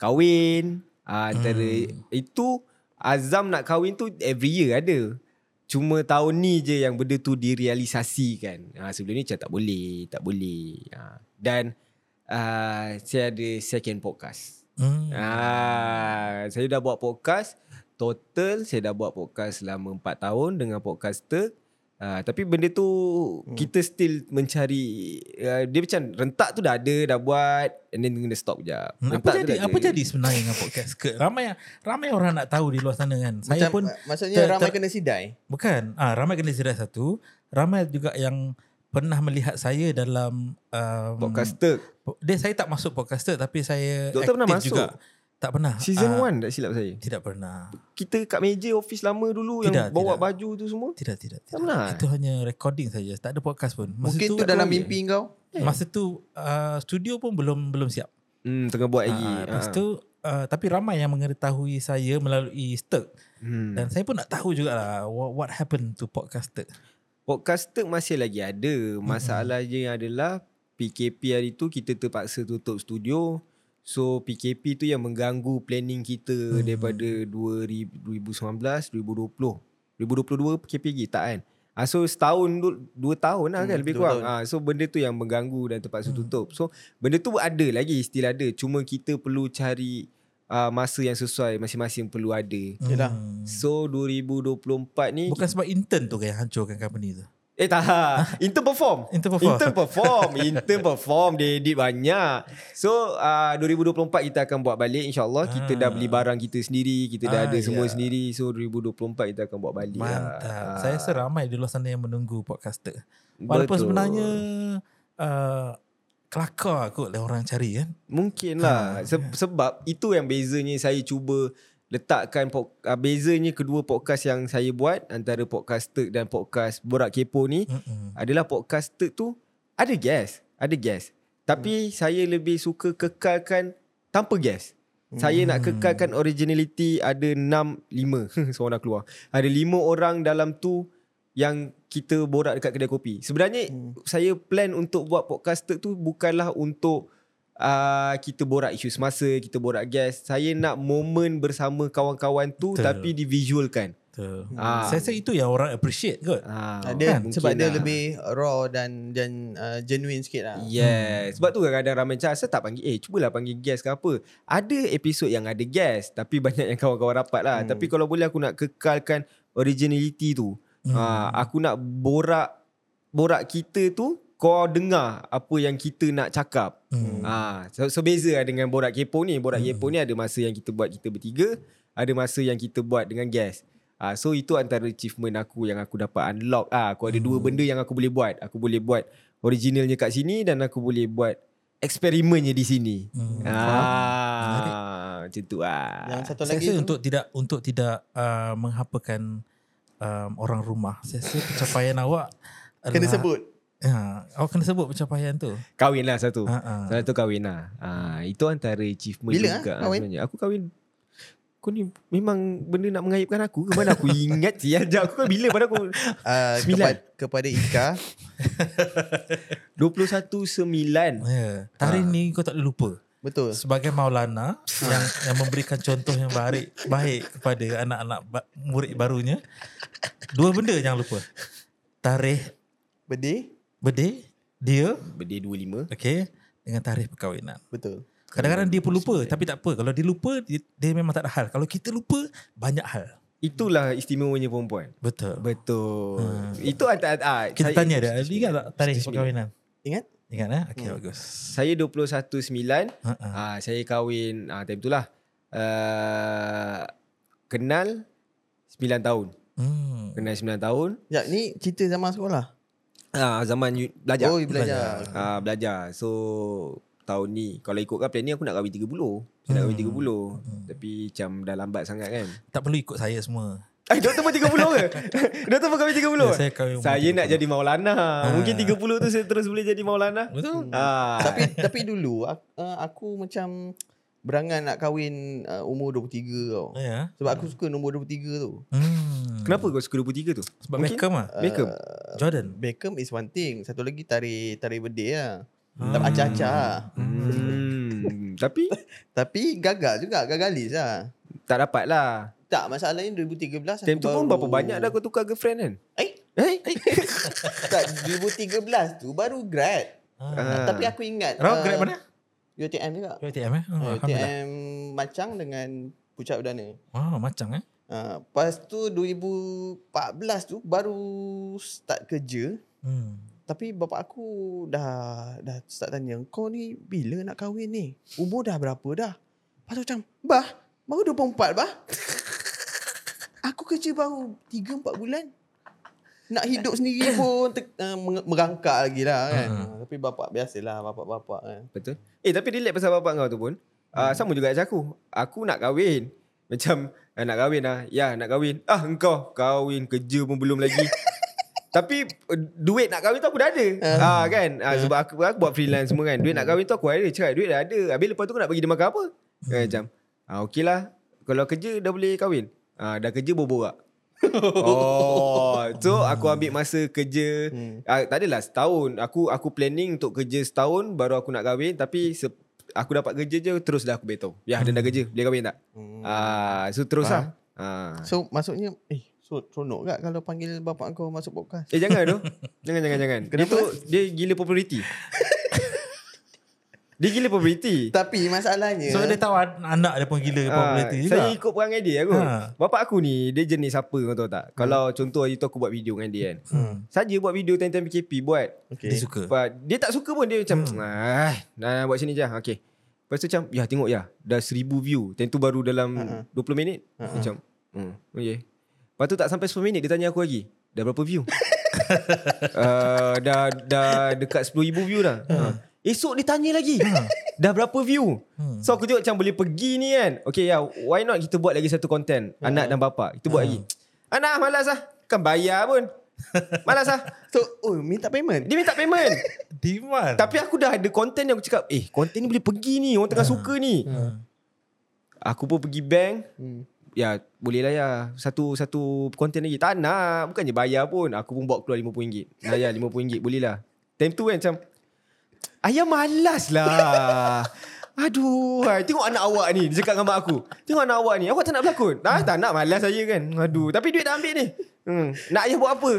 Speaker 2: kahwin, ah, antara itu azam nak kahwin tu every year ada. Cuma tahun ni je yang benda tu direalisasikan. Ah, sebelum ni macam tak boleh, tak boleh. Ah, dan ah, saya ada second podcast.
Speaker 3: Hmm.
Speaker 2: Ah, saya dah buat podcast total saya dah buat podcast selama 4 tahun dengan podcaster. Ah, tapi benda tu hmm. kita still mencari uh, dia macam rentak tu dah ada dah buat and then kena stop je.
Speaker 3: Hmm, apa jadi apa jadi sebenarnya dengan podcast ke? Ramai ramai orang nak tahu di luar sana kan.
Speaker 1: Macam,
Speaker 3: Saya pun
Speaker 1: uh, maksudnya
Speaker 3: ter-
Speaker 1: ramai
Speaker 3: ter-
Speaker 1: kena sidai.
Speaker 3: bukan. Ah ramai kena ziarah satu, ramai juga yang pernah melihat saya dalam um,
Speaker 2: podcaster?
Speaker 3: po- Dia saya tak masuk podcaster tapi saya
Speaker 2: Doktor pernah
Speaker 3: aktif juga.
Speaker 2: masuk?
Speaker 3: Tak pernah.
Speaker 2: Season
Speaker 3: Ah,
Speaker 2: 1 tak silap saya.
Speaker 3: Tidak pernah.
Speaker 2: Kita kat meja office lama dulu yang
Speaker 3: Tidak,
Speaker 2: bawa
Speaker 3: tidak.
Speaker 2: baju tu semua.
Speaker 3: Tidak tidak tidak.
Speaker 2: pernah, eh?
Speaker 3: Itu hanya recording saja. Tak ada podcast pun. Masa
Speaker 1: Mungkin
Speaker 3: tu, eh,
Speaker 1: tu dalam
Speaker 2: boleh.
Speaker 1: mimpi kau.
Speaker 3: masa tu uh, studio pun belum belum siap.
Speaker 2: Hmm tengah buat lagi.
Speaker 3: Ah, lepas tu uh, tapi ramai yang mengetahui saya melalui Sturk
Speaker 2: hmm.
Speaker 3: dan saya pun nak tahu jugalah what, what happened to podcaster.
Speaker 2: podcaster masih lagi ada. Masalahnya adalah PKP hari tu kita terpaksa tutup studio. So PKP tu yang mengganggu planning kita
Speaker 3: Hmm.
Speaker 2: hmm. daripada 2019, 2020. 2022 PKP lagi tak kan? Ah, so setahun, du- dua tahun lah kan
Speaker 1: Hmm,
Speaker 2: lebih
Speaker 1: dua
Speaker 2: kurang.
Speaker 1: tahun.
Speaker 2: Ah, so benda tu yang mengganggu dan terpaksa
Speaker 3: Hmm.
Speaker 2: hmm. tutup. So benda tu ada lagi, still ada. Cuma kita perlu cari ah, masa yang sesuai masing-masing perlu ada.
Speaker 1: Yalah.
Speaker 3: Hmm.
Speaker 2: So 2024 ni
Speaker 3: Bukan sebab intern tu yang hancurkan company tu.
Speaker 2: Eh tak Intern perform
Speaker 3: Intern perform.
Speaker 2: Intern perform Intern perform Dia edit banyak So uh, 2024 kita akan buat balik InsyaAllah Kita dah
Speaker 3: Ah.
Speaker 2: beli barang kita sendiri Kita dah
Speaker 3: Ah,
Speaker 2: ada semua
Speaker 3: ya.
Speaker 2: sendiri So 2024 kita akan buat balik
Speaker 3: Mantap.
Speaker 2: lah.
Speaker 3: Saya rasa ramai di luar sana yang menunggu podcaster. Walaupun
Speaker 2: Betul.
Speaker 3: sebenarnya uh, kelakar kot lah orang cari kan.
Speaker 2: Mungkin lah
Speaker 3: Ah,
Speaker 2: Se- Sebab itu yang bezanya saya cuba Letakkan pod- ah, Bezanya kedua podcast yang saya buat Antara podcast Turk dan podcast Borak Kepo ni
Speaker 3: Mm-mm.
Speaker 2: adalah podcast third tu ada guest, ada guest. Tapi hmm. saya lebih suka kekalkan tanpa guest. Saya nak kekalkan originality ada 6 5 seorang dah keluar. Ada 5 orang dalam tu yang kita borak dekat kedai kopi. Sebenarnya hmm. saya plan untuk buat podcast third tu bukanlah untuk uh, kita borak isu semasa, kita borak guest. Saya nak moment bersama kawan-kawan tu
Speaker 3: Betul.
Speaker 2: Betul. tapi divisualkan.
Speaker 3: Betul.
Speaker 2: Ah.
Speaker 3: Saya rasa itu yang orang appreciate kot.
Speaker 2: Ah,
Speaker 1: Ah,
Speaker 3: kan?
Speaker 1: dia
Speaker 2: mungkin
Speaker 1: sebab dia
Speaker 2: lah.
Speaker 1: lebih raw dan dan uh, genuine sikit lah.
Speaker 2: Yes. Sebab tu kadang-kadang ramai macam asal tak panggil eh cubalah panggil guest ke apa. Ada episod yang ada guest tapi banyak yang kawan-kawan rapat lah.
Speaker 1: Hmm.
Speaker 2: Hmm. Tapi kalau boleh aku nak kekalkan originality tu. Hmm.
Speaker 3: Mm.
Speaker 2: Ha, aku nak borak borak kita tu kau dengar apa yang kita nak cakap.
Speaker 3: Hmm.
Speaker 2: Ah, so, so beza lah dengan borak kepo ni. Borak
Speaker 3: Hmm.
Speaker 2: kepo ni ada masa yang kita buat kita bertiga, ada masa yang kita buat dengan guest. Ah, so itu antara achievement aku yang aku dapat unlock. Ah, aku ada dua
Speaker 3: Hmm.
Speaker 2: benda yang aku boleh buat. Aku boleh buat originalnya kat sini dan aku boleh buat eksperimennya di sini.
Speaker 3: Hmm. Menarik.
Speaker 2: Ah, macam tu ah.
Speaker 1: Yang satu
Speaker 3: Saya
Speaker 1: lagi
Speaker 3: rasa
Speaker 1: tu-
Speaker 3: untuk tidak untuk tidak uh, menghapakan um, orang rumah. Saya rasa pencapaian awak
Speaker 1: kena
Speaker 3: lah.
Speaker 1: sebut.
Speaker 3: Ya, awak kena sebut pencapaian tu.
Speaker 2: Kahwin lah satu.
Speaker 1: Ah.
Speaker 3: Ha, ha.
Speaker 2: Salah tu kahwin lah. Ah, itu antara achievement
Speaker 1: Bila, ah,
Speaker 2: juga ah,
Speaker 1: kahwin?
Speaker 2: sebenarnya. Aku kahwin kau ni memang benda nak mengayibkan aku ke mana aku ingat sial. Sekejap, Aku kan bila pada aku
Speaker 1: Uh,
Speaker 2: Sembilan.
Speaker 1: kepada, kepada Ika
Speaker 2: 21.9
Speaker 3: Ya. Tarikh
Speaker 2: Ah.
Speaker 3: ni kau tak boleh lupa.
Speaker 1: Betul.
Speaker 3: Sebagai Maulana yang yang memberikan contoh yang baik baik kepada anak-anak ba- murid barunya, dua benda jangan lupa. Tarikh
Speaker 1: Bedih.
Speaker 3: birthday dia,
Speaker 2: Birthday 25
Speaker 3: okey, dengan tarikh perkahwinan.
Speaker 1: Betul.
Speaker 3: Kadang-kadang dia pun lupa tapi tak apa. Kalau dia lupa dia, dia memang tak ada hal. Kalau kita lupa banyak hal.
Speaker 2: Itulah istimewanya perempuan
Speaker 3: Betul.
Speaker 2: Betul Itu antara ah,
Speaker 3: Kita
Speaker 2: saya-
Speaker 3: tanya dia, dia ingat tak tarikh perkahwinan?
Speaker 1: Ingat?
Speaker 3: Ingat eh? Okey
Speaker 2: Hmm.
Speaker 3: bagus.
Speaker 2: Saya 21.9
Speaker 3: Ha ah.
Speaker 2: Ah, saya kahwin ah time itulah. Uh, kenal 9 tahun.
Speaker 3: Hmm.
Speaker 2: Kenal 9 tahun.
Speaker 1: Sekejap ni cerita zaman sekolah.
Speaker 2: Ah zaman you, belajar.
Speaker 1: Oh, you belajar.
Speaker 2: Ah belajar. So tahun ni kalau ikutkan plan ni aku nak kahwin 30. Saya nak kahwin
Speaker 3: Hmm.
Speaker 2: 30. Tapi macam dah lambat sangat kan.
Speaker 3: Tak perlu ikut saya semua.
Speaker 2: Eh doktor pun 30 ke? doktor pun kahwin 30.
Speaker 3: Ya, saya kahwin umur Ah.
Speaker 2: saya nak jadi Maulana. Mungkin 30 tu saya terus boleh jadi Maulana.
Speaker 3: Betul.
Speaker 2: Ah.
Speaker 1: Tapi tapi dulu aku, uh, aku macam berangan nak kahwin uh, umur 23 tau.
Speaker 3: Ya.
Speaker 1: Sebab aku suka nombor 23 tu.
Speaker 3: Hmm.
Speaker 2: Hmm. Kenapa kau suka 23 tu?
Speaker 3: Sebab
Speaker 2: Mungkin-
Speaker 3: Beckham ah.
Speaker 2: Beckham.
Speaker 3: Jordan.
Speaker 1: Beckham is one thing. Satu lagi tarik tarik bedeh lah. Hmm. Acah-acah lah.
Speaker 2: Hmm. Tapi
Speaker 1: Tapi gagal juga. Gagalis lah.
Speaker 2: tak dapat lah.
Speaker 1: Tak, masalahnya 2013 aku
Speaker 2: Time tu pun
Speaker 1: baru-
Speaker 2: berapa banyak dah kau tukar girlfriend kan?
Speaker 1: Eh?
Speaker 2: Eh?
Speaker 1: Tak, 2013 tu baru grad.
Speaker 2: Ah.
Speaker 1: Tapi aku ingat. ah,
Speaker 3: Raw grad mana?
Speaker 1: UTM juga.
Speaker 2: Hmm,
Speaker 3: UiTM eh. Oh, Alhamdulillah.
Speaker 1: UTM Macang dengan Pucat Udana.
Speaker 3: Wah, macam eh.
Speaker 1: Uh, lepas tu 2014 tu baru start kerja.
Speaker 3: Hmm.
Speaker 1: Tapi bapak aku dah dah start tanya, kau ni bila nak kahwin ni? Umur dah berapa dah? Lepas tu macam, bah, baru 24 bah. aku kerja baru 3-4 bulan. Nak hidup sendiri pun ter, uh, meng- merangkak lagi lah kan. Uh, tapi bapak biasalah, bapak-bapak kan.
Speaker 2: Betul. Eh tapi relate pasal bapak kau tu pun. Uh, sama juga macam aku. Aku nak kahwin. Macam eh, nak kahwin lah. Ya nak kahwin. Ah engkau kahwin kerja pun belum lagi. tapi eh, duit nak kahwin tu aku dah ada. Ah kan. Ah, sebab aku, aku buat freelance semua kan. Duit nak kahwin tu aku ada. Cakap duit dah ada. Habis lepas tu aku nak bagi dia makan apa? Eh, macam. Ah okey lah. Kalau kerja dah boleh kahwin. Ah dah kerja borak Oh, so aku ambil masa kerja hmm. uh, tak adalah setahun. Aku aku planning untuk kerja setahun baru aku nak kahwin tapi se- aku dapat kerja je terus dah aku betul. Ya, hmm. dah kerja. Boleh kahwin tak?
Speaker 1: Hmm.
Speaker 2: Ah, uh, so terus
Speaker 1: Faham.
Speaker 2: lah. Ah.
Speaker 1: So maksudnya, eh, so, seronok tak kalau panggil bapak kau masuk podcast?
Speaker 2: Eh jangan tu. jangan jangan jangan. Dia
Speaker 1: Kenapa?
Speaker 2: tu dia gila populariti. dia gila populariti.
Speaker 1: Tapi masalahnya,
Speaker 3: So dia tahu an- anak dia pun gila
Speaker 2: Ah,
Speaker 3: popularity juga.
Speaker 2: Saya ikut perangai dia aku.
Speaker 3: Ha.
Speaker 2: Bapak aku ni Dia jenis apa kau tahu tak Kalau contoh hari tu aku buat video dengan dia kan
Speaker 3: Hmm.
Speaker 2: Saja buat video time-time PKP Buat
Speaker 3: Dia suka.
Speaker 2: But dia tak suka pun dia macam hmm. ah nah, nah buat sini je. Okey. Lepas tu macam ya tengok ya dah 1000 view. Tentu baru dalam
Speaker 1: Ha-ha.
Speaker 2: uh-huh. 20 minit. Uh-huh. Macam hmm okey. Lepas tu tak sampai 10 minit dia tanya aku lagi. Dah berapa view? uh, dah dah dekat 10000 view dah. Uh. Esok dia tanya lagi. dah berapa view? So aku tengok macam boleh pergi ni kan. Okay ya, why not kita buat lagi satu content anak dan bapa. Kita buat lagi. Anak malas ah. Kan bayar pun. Malas ah.
Speaker 1: So, oh, minta payment?
Speaker 2: Dia minta payment.
Speaker 3: Demand.
Speaker 2: Tapi aku dah ada konten yang aku cakap Eh konten ni boleh pergi ni Orang tengah suka ni Aku pun pergi bank
Speaker 1: Hmm.
Speaker 2: Ya boleh lah ya Satu satu konten lagi Tak nak Bukannya bayar pun Aku pun bawa keluar RM50 Bayar RM50 boleh lah Time tu kan macam Ayah malas lah Aduh hai. Tengok anak awak ni Dia cakap dengan mak aku Tengok anak awak ni Awak tak nak berlakon ah, Tak nak malas saya kan Aduh Tapi duit dah ambil ni hmm. Nak ayah buat apa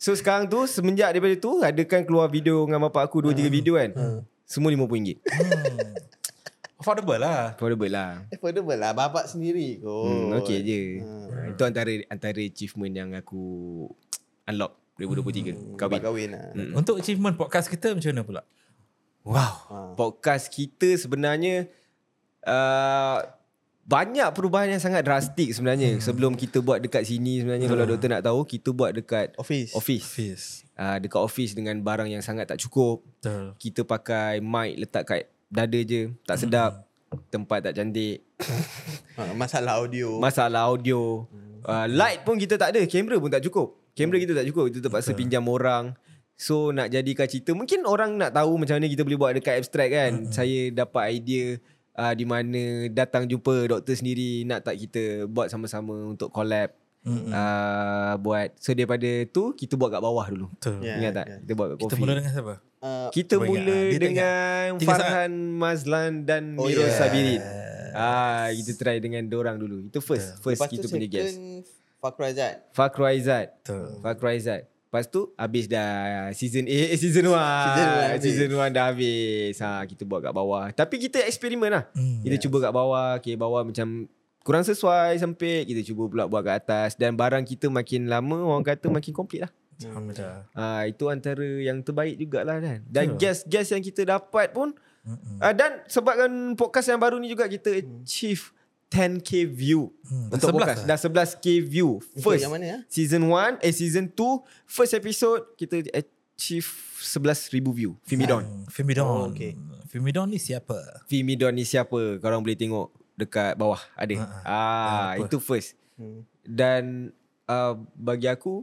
Speaker 2: So sekarang tu Semenjak daripada tu Adakan keluar video Dengan bapak aku 2-3 video kan Semua RM50
Speaker 3: Hmm. Affordable lah.
Speaker 2: Affordable lah
Speaker 1: Affordable lah, bapak sendiri kot.
Speaker 2: Hmm, okay je.
Speaker 1: Hmm.
Speaker 2: Hmm. Itu antara antara achievement yang aku unlock 2023. Hmm.
Speaker 1: Kau
Speaker 2: Kahwin.
Speaker 1: kahwin lah.
Speaker 2: Hmm.
Speaker 3: Untuk achievement podcast kita macam mana pula?
Speaker 2: Wow.
Speaker 1: Ha.
Speaker 2: Podcast kita sebenarnya uh, banyak perubahan yang sangat drastik sebenarnya. Hmm. Sebelum kita buat dekat sini sebenarnya kalau doktor nak tahu, kita buat dekat
Speaker 1: Office.
Speaker 2: office.
Speaker 3: Fizz.
Speaker 2: Uh, dekat office dengan barang yang sangat tak cukup.
Speaker 3: Betul.
Speaker 2: Kita pakai mic letak kat dada je,
Speaker 3: Hmm.
Speaker 2: tak sedap. Tempat tak cantik.
Speaker 1: Ha, masalah audio.
Speaker 2: Masalah audio
Speaker 3: Hmm.
Speaker 2: uh, Light pun kita tak ada Kamera pun tak cukup Kamera kita tak cukup Kita terpaksa Betul. pinjam orang So nak jadikan cerita Mungkin orang nak tahu Macam mana kita boleh buat Dekat abstract kan
Speaker 3: Hmm.
Speaker 2: Saya dapat idea ah, uh, Di mana Datang jumpa doktor sendiri Nak tak kita Buat sama-sama Untuk collab
Speaker 3: Mm-mm.
Speaker 2: uh, buat so daripada tu kita buat kat bawah dulu.
Speaker 3: Betul.
Speaker 1: Ya,
Speaker 2: Yeah, Ingat tak?
Speaker 1: ya.
Speaker 2: Yeah. Kita buat kat
Speaker 3: Kita
Speaker 2: kopi.
Speaker 3: mula dengan siapa?
Speaker 1: Uh,
Speaker 2: Kita
Speaker 3: Oh, ingat.
Speaker 2: mula
Speaker 3: Dia tak
Speaker 2: dengan
Speaker 3: Tiga
Speaker 2: Farhan Mazlan dan
Speaker 1: Oh,
Speaker 2: oh, Miro
Speaker 1: yes.
Speaker 2: yeah. Sabirin. Ah, kita try dengan dorang dulu. Itu first, first
Speaker 1: lepas
Speaker 2: kita
Speaker 1: tu
Speaker 2: punya guest.
Speaker 1: second Fakra Aizat.
Speaker 2: Fakru Aizat.
Speaker 3: Betul.
Speaker 2: Fakru Aizat. Lepas tu habis dah season A, eh, season
Speaker 1: Season
Speaker 2: 1.
Speaker 1: one habis.
Speaker 2: season 1 dah habis. Ha, kita buat kat bawah. Tapi kita eksperimen lah.
Speaker 3: Hmm.
Speaker 2: Kita cuba kat bawah Okay bawah macam Kurang sesuai sempit Kita cuba pula buat kat atas Dan barang kita makin lama Orang kata makin komplit lah
Speaker 3: Alhamdulillah.
Speaker 2: uh, Itu antara yang terbaik jugalah kan Dan
Speaker 3: Betul.
Speaker 2: guest-guest yang kita dapat pun
Speaker 3: Mm-mm.
Speaker 2: uh, Dan sebabkan podcast yang baru ni juga Kita achieve 10k view
Speaker 3: Hmm, dah
Speaker 2: Untuk
Speaker 3: 11
Speaker 2: podcast
Speaker 3: lah.
Speaker 2: Dah 11k view
Speaker 1: First.
Speaker 2: First
Speaker 1: Yang mana ya?
Speaker 2: Season 1 Eh season 2 First episode Kita achieve 11,000 view Fimidon
Speaker 3: Hmm, Fimidon.
Speaker 1: Oh, okay.
Speaker 3: Fimidon ni siapa?
Speaker 2: Fimidon ni siapa Korang boleh tengok Dekat bawah Ada
Speaker 3: Ha,
Speaker 2: ah,
Speaker 3: apa?
Speaker 2: Itu first
Speaker 1: Hmm.
Speaker 2: Dan uh, Bagi aku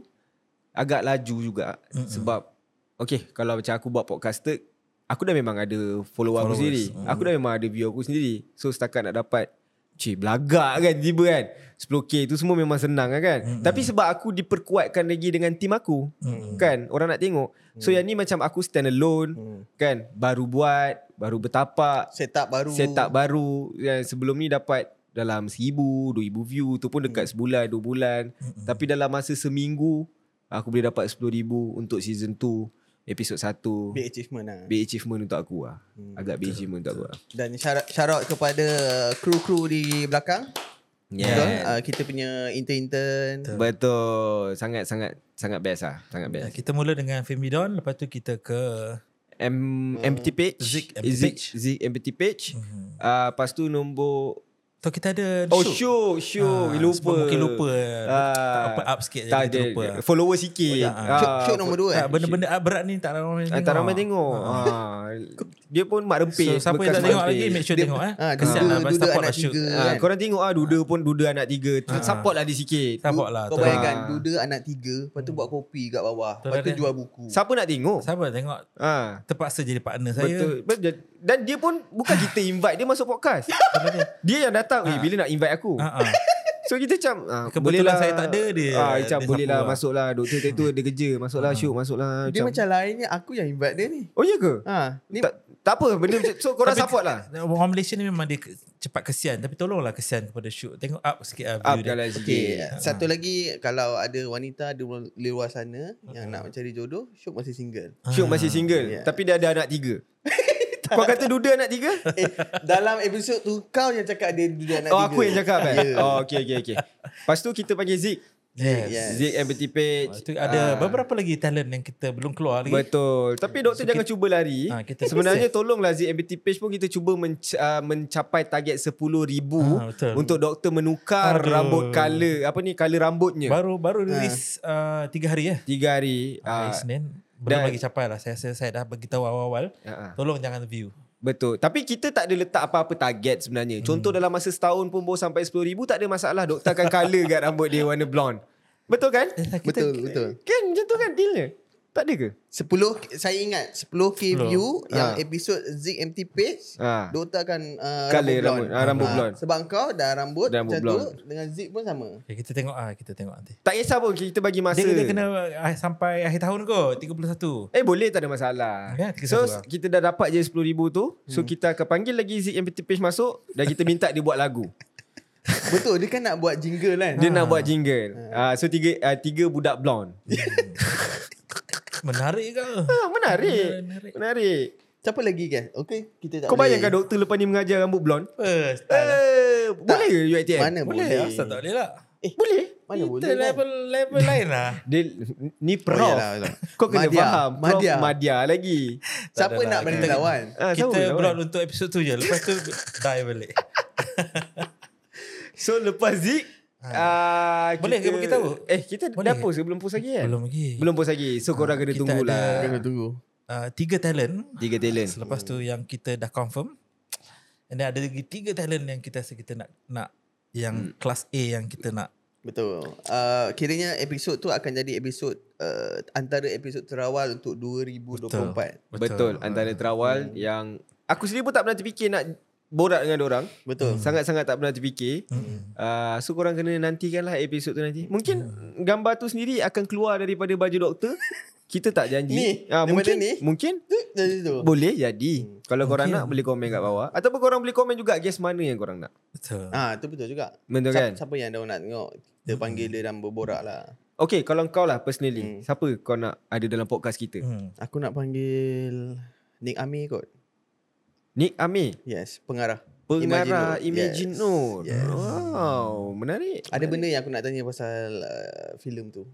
Speaker 2: Agak laju juga
Speaker 3: Mm-mm.
Speaker 2: Sebab Okay Kalau macam aku buat podcaster Aku dah memang ada Follower aku
Speaker 3: Followers.
Speaker 2: sendiri
Speaker 3: Mm.
Speaker 2: Aku dah memang ada view aku sendiri So setakat nak dapat Cik belagak kan Tiba kan 10k tu semua memang senang lah kan
Speaker 3: Mm-mm.
Speaker 2: Tapi sebab aku diperkuatkan lagi Dengan tim aku
Speaker 3: Mm-mm. Mm.
Speaker 2: Kan Orang nak tengok So yang ni macam aku stand alone
Speaker 1: Hmm.
Speaker 2: Kan Baru buat Baru bertapak
Speaker 1: Setup baru.
Speaker 2: setup baru yang sebelum ni dapat dalam 1000 2000 view tu pun dekat sebulan dua bulan
Speaker 3: Mm-mm.
Speaker 2: tapi dalam masa seminggu aku boleh dapat 10000 untuk season 2 episod 1 big,
Speaker 1: Big achievement lah.
Speaker 2: achievement untuk aku lah
Speaker 1: Hmm.
Speaker 2: agak big achievement untuk aku lah
Speaker 1: Dan syarat syarat kepada kru-kru di belakang. Betul?
Speaker 2: yeah.
Speaker 1: Uh, kita punya intern-intern.
Speaker 2: betul betul sangat sangat sangat best lah sangat
Speaker 3: Ya,
Speaker 2: best
Speaker 3: Kita mula dengan Fimidon Lepas tu kita ke
Speaker 2: M- empty page
Speaker 3: Oh, Zik empty
Speaker 2: Zik-
Speaker 3: page.
Speaker 2: Zik empty page
Speaker 3: Mhm.
Speaker 2: Ah, lepas tu nombor
Speaker 3: Tu kita ada
Speaker 2: Oh
Speaker 3: Syuk.
Speaker 2: show show
Speaker 3: Ah,
Speaker 2: lupa
Speaker 3: sebab Mungkin lupa
Speaker 2: Ah.
Speaker 3: Apa up sikit
Speaker 2: tak
Speaker 3: jadi
Speaker 2: ada
Speaker 3: terlupa.
Speaker 2: follower sikit
Speaker 3: tak, ah.
Speaker 2: Ah,
Speaker 1: Show, show nombor dua
Speaker 3: Tak,
Speaker 1: eh.
Speaker 3: benda-benda berat ni tak
Speaker 2: Ah,
Speaker 3: ramai tengok.
Speaker 2: tak ramai tengok. Ah. Dia pun mak
Speaker 3: So,
Speaker 2: rempit.
Speaker 3: siapa yang
Speaker 2: bekas
Speaker 3: tak
Speaker 2: mak
Speaker 3: tengok
Speaker 2: rempit.
Speaker 3: lagi, make sure
Speaker 1: Dia-
Speaker 3: tengok. Eh.
Speaker 1: ah, dia
Speaker 3: Kesian
Speaker 1: dua-
Speaker 3: lah,
Speaker 1: dua
Speaker 3: support
Speaker 1: anak
Speaker 3: lah Syuk.
Speaker 1: tiga.
Speaker 2: Ah,
Speaker 1: kan?
Speaker 2: korang tengok ah Duda pun Duda anak tiga
Speaker 3: Ah.
Speaker 2: Support lah dia sikit
Speaker 3: Support lah.
Speaker 1: Kau
Speaker 3: tu.
Speaker 1: bayangkan
Speaker 2: Ah.
Speaker 1: Duda anak tiga Lepas tu buat kopi kat bawah
Speaker 3: Betul
Speaker 1: Lepas tu
Speaker 3: ada.
Speaker 1: jual buku
Speaker 2: Siapa nak tengok
Speaker 3: Siapa nak tengok?
Speaker 2: ah,
Speaker 3: Terpaksa jadi partner saya.
Speaker 2: Betul Betul. Dan dia pun Bukan kita invite Dia masuk podcast Dia yang datang eh, Bila nak invite aku
Speaker 3: Ha, ha.
Speaker 2: So kita macam ah,
Speaker 3: Ah. Kebetulan
Speaker 2: boleh lah-
Speaker 3: saya tak ada, dia-
Speaker 2: ah, Macam
Speaker 3: dia Ah.
Speaker 2: boleh
Speaker 3: sapu
Speaker 2: lah
Speaker 3: lah.
Speaker 2: Masuklah Doktor tak tu ada kerja Masuklah Syuk Masuklah
Speaker 1: Dia macam lainnya Aku yang invite dia ni
Speaker 2: Oh iya ke?
Speaker 1: Ha, ni
Speaker 2: Tak, tak apa benda macam So korang
Speaker 3: Tapi-
Speaker 2: support lah
Speaker 3: Orang Malaysia ni memang dia ke- cepat kesian. Tapi tolonglah kesian kepada Syuk. Tengok up sikit lah
Speaker 1: Ah,
Speaker 2: Up
Speaker 3: view dia.
Speaker 2: kalau
Speaker 1: Okay,
Speaker 2: sikit
Speaker 1: satu lagi kalau ada wanita di lu- di luar sana yang nak mencari jodoh, Syuk masih single.
Speaker 2: Syuk
Speaker 1: Ah,
Speaker 2: masih single
Speaker 1: Yeah.
Speaker 2: Tapi dia ada anak tiga Kau kata Duda anak tiga?
Speaker 1: eh, dalam episod tu kau yang cakap dia duda anak
Speaker 2: Oh
Speaker 1: tiga.
Speaker 2: aku yang cakap kan
Speaker 1: Ya.
Speaker 2: Oh okay okay okay Lepas tu kita panggil Zik
Speaker 3: Yes.
Speaker 1: Yes.
Speaker 2: Zik empathy page
Speaker 3: Lepas tu
Speaker 2: Ah,
Speaker 3: ada beberapa lagi talent yang kita belum keluar lagi.
Speaker 2: Betul Tapi doktor
Speaker 3: So,
Speaker 2: jangan cuba lari
Speaker 3: Ah, kita-
Speaker 2: Sebenarnya tolonglah Zik empathy page pun Kita cuba menc- ah, mencapai target 10,000
Speaker 3: Ah, betul.
Speaker 2: Untuk doktor menukar
Speaker 3: Aduh.
Speaker 2: rambut color Apa ni color rambutnya
Speaker 3: Baru baru rilis uh, tiga hari ya.
Speaker 2: Tiga hari Ah,
Speaker 3: Hari Senin. Belum
Speaker 2: dan-
Speaker 3: lagi capai lah. Saya, saya, saya dah beritahu awal-awal.
Speaker 2: ah, ah.
Speaker 3: Tolong jangan view.
Speaker 2: Betul. Tapi kita tak ada letak apa-apa target sebenarnya. Contoh
Speaker 3: Hmm.
Speaker 2: dalam masa setahun pun baru sampai 10,000 tak ada masalah. Doktor akan colour kat rambut dia warna blonde. Betul kan?
Speaker 3: Eh, kita-
Speaker 1: Betul, betul.
Speaker 2: Kan macam tu kan dealnya. Tak ada ke?
Speaker 1: 10 saya ingat 10k
Speaker 3: 10.
Speaker 1: view yang
Speaker 2: Ha.
Speaker 1: episod Zik MT page.
Speaker 2: Ha.
Speaker 1: Doktor akan uh,
Speaker 2: Colour
Speaker 1: rambut blonde.
Speaker 2: rambut. Ah, rambut
Speaker 1: Ah,
Speaker 2: blonde.
Speaker 1: Sebab kau dah rambut,
Speaker 2: Rambut
Speaker 1: macam
Speaker 2: blonde.
Speaker 1: tu dengan Zik pun sama.
Speaker 3: Okay, kita tengok ah, kita tengok nanti.
Speaker 2: Tak kisah pun kita bagi masa.
Speaker 3: Dia, dia kena ah, sampai akhir tahun kot, 31.
Speaker 2: Eh boleh tak ada masalah.
Speaker 3: Ya, tiga
Speaker 2: so
Speaker 3: satu lah. Hmm.
Speaker 2: kita dah dapat je 10,000 tu. So kita akan panggil lagi Zik yang page masuk dan kita minta dia buat lagu.
Speaker 1: Betul, dia kan nak buat jingle kan.
Speaker 2: Dia nak buat jingle. Ah so tiga ah, tiga budak blonde.
Speaker 3: Menarik ke?
Speaker 2: Ah, menarik.
Speaker 3: Menarik.
Speaker 2: Menarik.
Speaker 1: Siapa lagi kan? Okey, kita tak
Speaker 2: Kau
Speaker 1: boleh.
Speaker 2: bayangkan doktor lepas ni mengajar rambut blonde?
Speaker 3: First.
Speaker 2: Eh, boleh ke UiTM?
Speaker 1: Mana
Speaker 3: Boleh,
Speaker 1: boleh?
Speaker 3: asal tak boleh lah.
Speaker 1: Eh,
Speaker 2: Boleh. lah.
Speaker 1: Mana
Speaker 3: Kita
Speaker 1: boleh? Kan?
Speaker 3: level, level lain lah.
Speaker 2: Dia ni prof.
Speaker 1: Oh, yalah, yalah.
Speaker 2: lah, Kau kena
Speaker 1: Madya,
Speaker 2: faham. Prof
Speaker 1: Madya.
Speaker 2: Madya, lagi.
Speaker 3: Tak
Speaker 1: Siapa
Speaker 3: adalah,
Speaker 1: nak berani
Speaker 3: kita-
Speaker 1: lawan?
Speaker 2: Ah, sama
Speaker 3: kita
Speaker 2: lah,
Speaker 3: blog untuk episod tu je. Lepas tu die balik.
Speaker 2: So lepas Zik ah,
Speaker 3: Boleh ke
Speaker 2: kita-
Speaker 3: bagi tahu?
Speaker 2: Eh kita
Speaker 3: Boleh
Speaker 2: dah
Speaker 3: ke?
Speaker 2: post ke? Belum post lagi kan?
Speaker 3: Belum lagi.
Speaker 2: Belum post lagi. So korang kena
Speaker 3: kita
Speaker 2: tunggulah.
Speaker 3: ada-
Speaker 1: Kena tunggu.
Speaker 3: Uh, tiga talent.
Speaker 2: Tiga talent.
Speaker 3: Selepas tu yang kita dah confirm. And then ada lagi tiga talent yang kita rasa kita nak nak yang
Speaker 2: Hmm.
Speaker 3: kelas A yang kita nak.
Speaker 1: Betul. Uh, kiranya episod tu akan jadi episod uh, antara episod terawal untuk 2024.
Speaker 3: Ah. Hmm.
Speaker 2: Betul. Antara terawal yang aku sendiri pun tak pernah terfikir nak borak dengan orang.
Speaker 1: Betul.
Speaker 2: Sangat-sangat tak pernah terfikir.
Speaker 1: Hmm.
Speaker 2: Uh, so korang kena nantikanlah episod tu nanti. Mungkin
Speaker 1: Hmm.
Speaker 2: gambar tu sendiri akan keluar daripada baju doktor. Kita tak janji.
Speaker 1: Ni,
Speaker 2: Ah,
Speaker 1: daripada
Speaker 2: mungkin
Speaker 1: ni? Hmm.
Speaker 2: mungkin
Speaker 1: Tu, Dari tu.
Speaker 2: boleh jadi. Kalau korang
Speaker 3: Mungkin.
Speaker 2: nak boleh komen kat bawah ataupun korang boleh komen juga guest mana yang korang nak.
Speaker 3: Betul.
Speaker 1: Ah, tu betul juga.
Speaker 2: Betul
Speaker 1: Siapa,
Speaker 2: kan? Hmm.
Speaker 1: siapa yang dah nak tengok Kita panggil dia dan berborak lah
Speaker 2: Okay, kalau kau lah personally,
Speaker 1: Hmm.
Speaker 2: siapa kau nak ada dalam podcast kita?
Speaker 3: Hmm.
Speaker 1: Aku nak panggil Nick Ami kot
Speaker 2: Nick Amir,
Speaker 1: Yes Pengarah
Speaker 2: pengarah
Speaker 1: Imagine
Speaker 2: Imaginor.
Speaker 1: Yes.
Speaker 2: Wow, menarik.
Speaker 1: Ada benda yang aku nak tanya pasal uh, filem tu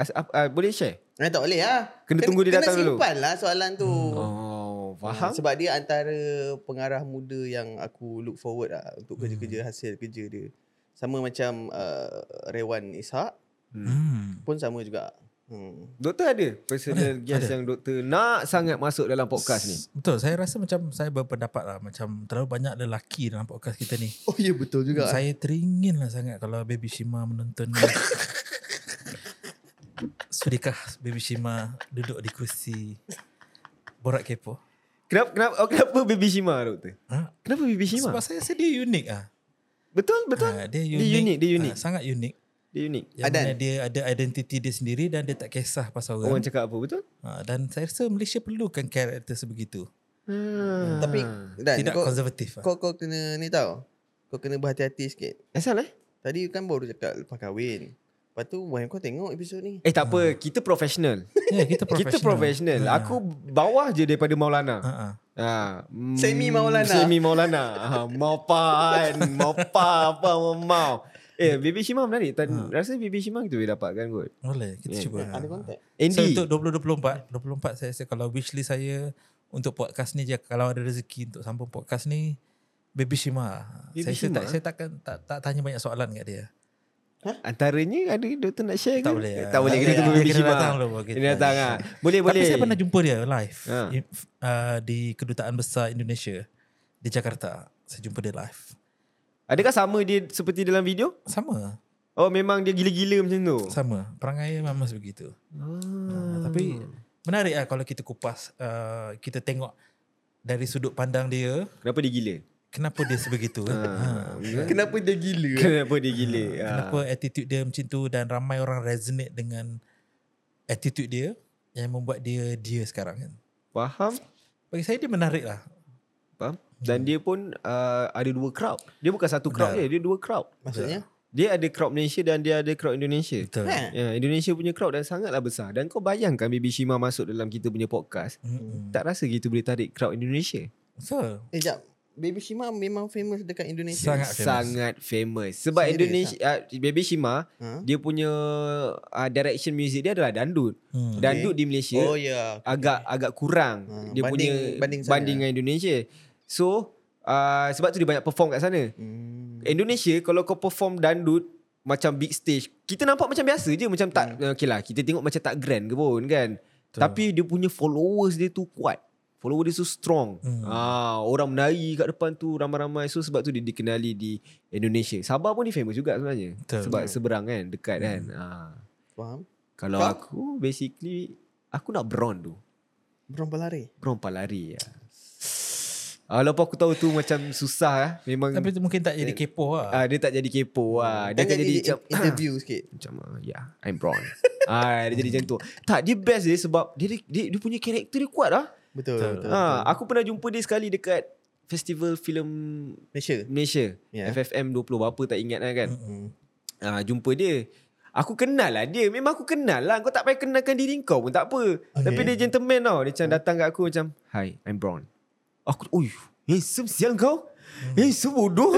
Speaker 2: As, ap, uh, boleh share?
Speaker 1: Eh tak boleh lah
Speaker 2: Kena tunggu dia datang
Speaker 1: Kena
Speaker 2: dulu.
Speaker 1: simpan lah soalan tu
Speaker 2: Oh,
Speaker 1: Ah,
Speaker 2: faham.
Speaker 1: Sebab dia antara pengarah muda yang aku look forward lah Untuk
Speaker 2: Hmm.
Speaker 1: kerja-kerja hasil kerja dia Sama macam uh, Rewan Ishak
Speaker 3: Hmm.
Speaker 1: pun sama juga hmm.
Speaker 2: Doktor ada personal ada, guest ada. yang doktor nak sangat masuk dalam podcast ni.
Speaker 3: Betul. Saya rasa macam saya berpendapat lah macam terlalu banyak lelaki dalam podcast kita ni.
Speaker 1: Oh ya yeah, betul juga
Speaker 3: Saya teringin lah sangat kalau Baby Shima menonton ni. Sudikah Baby Shima duduk di kursi borak kepo?
Speaker 2: Kenapa kenapa oh, kenapa baby Shima doktor?
Speaker 3: Ha?
Speaker 2: Kenapa baby Shima?
Speaker 3: Sebab saya rasa dia unik ah.
Speaker 2: Betul betul.
Speaker 3: Ha, dia unik.
Speaker 2: Dia unik, dia unik.
Speaker 3: ah, sangat unik.
Speaker 2: Dia unik.
Speaker 3: Yang
Speaker 1: Adan.
Speaker 3: mana dia ada identiti dia sendiri dan dia tak kisah pasal
Speaker 2: Orang
Speaker 3: orang.
Speaker 2: cakap apa betul?
Speaker 3: Ha, dan saya rasa Malaysia perlukan karakter sebegitu.
Speaker 2: Hmm.
Speaker 1: Tapi Dan
Speaker 3: Tidak
Speaker 1: kau,
Speaker 3: konservatif. ah.
Speaker 1: kau, kau kena ni tau Kau kena berhati-hati sikit
Speaker 2: asal eh?
Speaker 1: Tadi kan baru cakap lepas kahwin Lepas tu wife kau tengok episod ni
Speaker 2: Eh tak apa, kita profesional.
Speaker 3: Ya, kita profesional.
Speaker 2: Kita profesional.
Speaker 3: Ha.
Speaker 2: Aku bawah je daripada Maulana.
Speaker 3: Ha, ha.
Speaker 2: Ha, mm,
Speaker 1: Semi Maulana.
Speaker 2: Semi Maulana. Ha, mau pan, mau pa, apa, mau mau. Eh, Baby Shima menarik. Tan, Rasa Baby Shima kita boleh dapatkan kot.
Speaker 3: Boleh, kita
Speaker 2: Ya.
Speaker 3: cuba. Ha.
Speaker 1: Ada kontak
Speaker 3: So
Speaker 2: Andy.
Speaker 3: untuk 2024 24 saya rasa kalau wish list saya Untuk podcast ni je Kalau ada rezeki untuk sambung podcast ni Baby Shima
Speaker 2: Baby
Speaker 3: Baby Saya rasa
Speaker 2: Shima?
Speaker 3: tak, saya takkan tak, tak tanya banyak soalan kat dia
Speaker 2: Antaranya ada doktor nak share
Speaker 3: Tak
Speaker 2: ke?
Speaker 3: boleh
Speaker 2: Eh, Tak boleh. Kita
Speaker 3: lah.
Speaker 2: tunggu
Speaker 3: Dia
Speaker 2: Baby
Speaker 3: kena
Speaker 2: Shima.
Speaker 3: datang dulu baru kita
Speaker 2: Dia datang
Speaker 3: tanya.
Speaker 2: ah. Boleh
Speaker 3: Tapi
Speaker 2: boleh.
Speaker 3: saya pernah jumpa dia live
Speaker 2: Ha.
Speaker 3: in- uh, Di Kedutaan Besar Indonesia Di Jakarta Saya jumpa dia live
Speaker 2: Adakah sama dia seperti dalam video?
Speaker 3: Sama
Speaker 2: Oh memang dia gila-gila macam tu.
Speaker 3: Sama Perangai memang begitu
Speaker 2: Ah.
Speaker 3: Ah, Tapi menarik lah kalau kita kupas uh, Kita tengok dari sudut pandang dia
Speaker 2: Kenapa dia gila?
Speaker 3: Kenapa dia sebegitu kan?
Speaker 2: Ah.
Speaker 1: Kenapa dia gila eh?
Speaker 2: Kenapa dia gila?
Speaker 3: Ah,
Speaker 2: Ah.
Speaker 3: Kenapa attitude dia macam tu dan ramai orang resonate dengan attitude dia yang membuat dia dia sekarang kan.
Speaker 2: Faham?
Speaker 3: Bagi saya dia menarik lah.
Speaker 2: Faham? Dan dia pun uh, ada dua crowd. Dia bukan satu crowd
Speaker 3: Benar.
Speaker 2: dia, dia dua crowd.
Speaker 1: Maksudnya
Speaker 2: Dia ada crowd Malaysia dan dia ada crowd Indonesia.
Speaker 3: Betul.
Speaker 1: Eh.
Speaker 2: Ya, Indonesia punya crowd dan sangatlah besar. Dan kau bayangkan Baby Shima masuk dalam kita punya podcast.
Speaker 3: Mm-mm.
Speaker 2: Tak rasa kita boleh tarik crowd Indonesia.
Speaker 3: Betul.
Speaker 1: Eh jap Baby Shima memang famous dekat Indonesia
Speaker 3: Sangat famous.
Speaker 2: Sangat famous. Sebab
Speaker 1: Serious, ah?
Speaker 2: Indonesia uh, Baby Shima
Speaker 1: ha?
Speaker 2: dia punya uh, direction music dia adalah dandut.
Speaker 3: Hmm.
Speaker 1: Dan-
Speaker 2: Dandut di Malaysia
Speaker 1: Oh ya
Speaker 2: agak agak kurang
Speaker 1: Ha, banding-
Speaker 2: dia punya banding,
Speaker 1: banding sana.
Speaker 2: banding dengan Indonesia. So uh, sebab tu dia banyak perform kat sana.
Speaker 1: hmm.
Speaker 2: Indonesia kalau kau perform dandut macam big stage, kita nampak macam biasa je macam tak hmm. okay lah kita tengok macam tak grand ke pun kan. Betul. Tapi dia punya followers dia tu kuat. Follower dia tu strong. Hmm.
Speaker 3: Hmm.
Speaker 2: Ah, orang menari kat depan tu ramai-ramai. So sebab tu dia dikenali di Indonesia. Sabah pun dia famous juga sebenarnya.
Speaker 3: Betul.
Speaker 2: Sebab seberang kan, dekat hmm. kan. Ah.
Speaker 1: Faham
Speaker 2: Kalau
Speaker 1: Kau?
Speaker 2: aku basically aku nak brown tu.
Speaker 1: Berang pelari
Speaker 2: Brown palari ya. Walaupun aku tahu tu macam susah eh. Memang
Speaker 3: Tapi tu mungkin tak jadi kepo lah.
Speaker 2: ah, dia tak jadi kepo lah. Dia
Speaker 1: Hmm. Dia
Speaker 2: akan jadi
Speaker 1: jadi
Speaker 2: macam
Speaker 1: in- interview sikit
Speaker 2: macam ah, yeah, I'm brown. ah, dia jadi macam tu. Tak, dia best dia sebab dia dia, dia punya karakter dia kuat lah.
Speaker 1: Betul,
Speaker 3: Betul.
Speaker 1: betul. betul.
Speaker 2: Ha, aku pernah jumpa dia sekali dekat Festival Filem
Speaker 1: Malaysia
Speaker 2: Malaysia.
Speaker 1: Ya.
Speaker 2: Yeah. FFM 20 berapa tak ingat lah kan.
Speaker 1: hmm.
Speaker 2: Ha, jumpa dia. Aku kenal lah dia. Memang aku kenal lah. Kau tak payah kenalkan diri kau pun tak apa. Okay. Tapi dia gentleman tau. Dia macam datang kat aku macam, Hi, I'm Brown. Aku, ui, handsome sial kau. Handsome bodoh.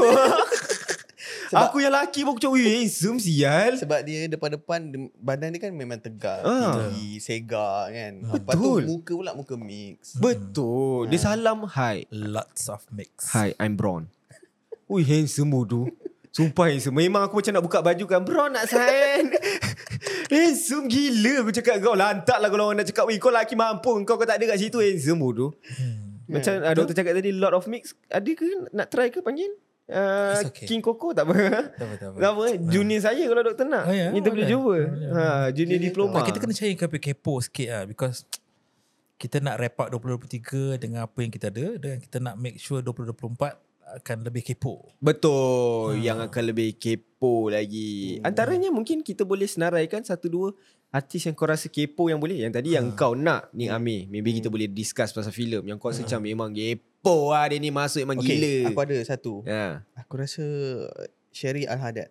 Speaker 2: aku yang lelaki pun aku macam, ui, handsome sial.
Speaker 1: Sebab dia depan-depan dia- Badan dia kan memang tegak
Speaker 2: Ah.
Speaker 1: Tinggi Segar kan Lepas tu
Speaker 2: Betul.
Speaker 1: muka pula muka mix
Speaker 2: Betul. Dia salam, Hi.
Speaker 3: Lots of mix.
Speaker 2: Hi, I'm Brown. Ui, handsome bodoh. Sumpah handsome. Memang aku macam nak buka baju kan. Brown nak sign. handsome gila. Aku cakap kau lantak lah kalau orang nak cakap. Weh, kau lelaki mampu. Kau kau tak ada kat situ. Handsome bodoh.
Speaker 3: Hmm.
Speaker 2: Macam yeah. doktor cakap tadi, lot of mix. Ada ke nak try ke panggil? Uh,
Speaker 3: It's okay.
Speaker 2: King Coco tak apa.
Speaker 3: Tak apa, tak apa.
Speaker 2: Tak apa. Junior saya kalau doktor nak.
Speaker 3: Oh, ya,
Speaker 2: Kita boleh
Speaker 3: boleh.
Speaker 2: jumpa.
Speaker 3: Boleh.
Speaker 2: Ha, junior diploma.
Speaker 3: Tak, kita kena cari ke kepo sikit lah because kita nak wrap up 2023 dengan apa yang kita ada dan kita nak make sure 2024 akan lebih kepo.
Speaker 2: Betul hmm. Yang akan lebih kepo lagi hmm. Antaranya mungkin kita boleh senaraikan Satu dua Artis yang kau rasa kepo yang boleh Yang tadi hmm. yang kau nak Ni Amir Maybe hmm. kita boleh discuss pasal filem Yang kau rasa hmm. macam memang kepo lah Dia ni masuk memang okay, gila
Speaker 1: aku ada satu.
Speaker 2: ha.
Speaker 1: Aku rasa Sherry Al-Haddad.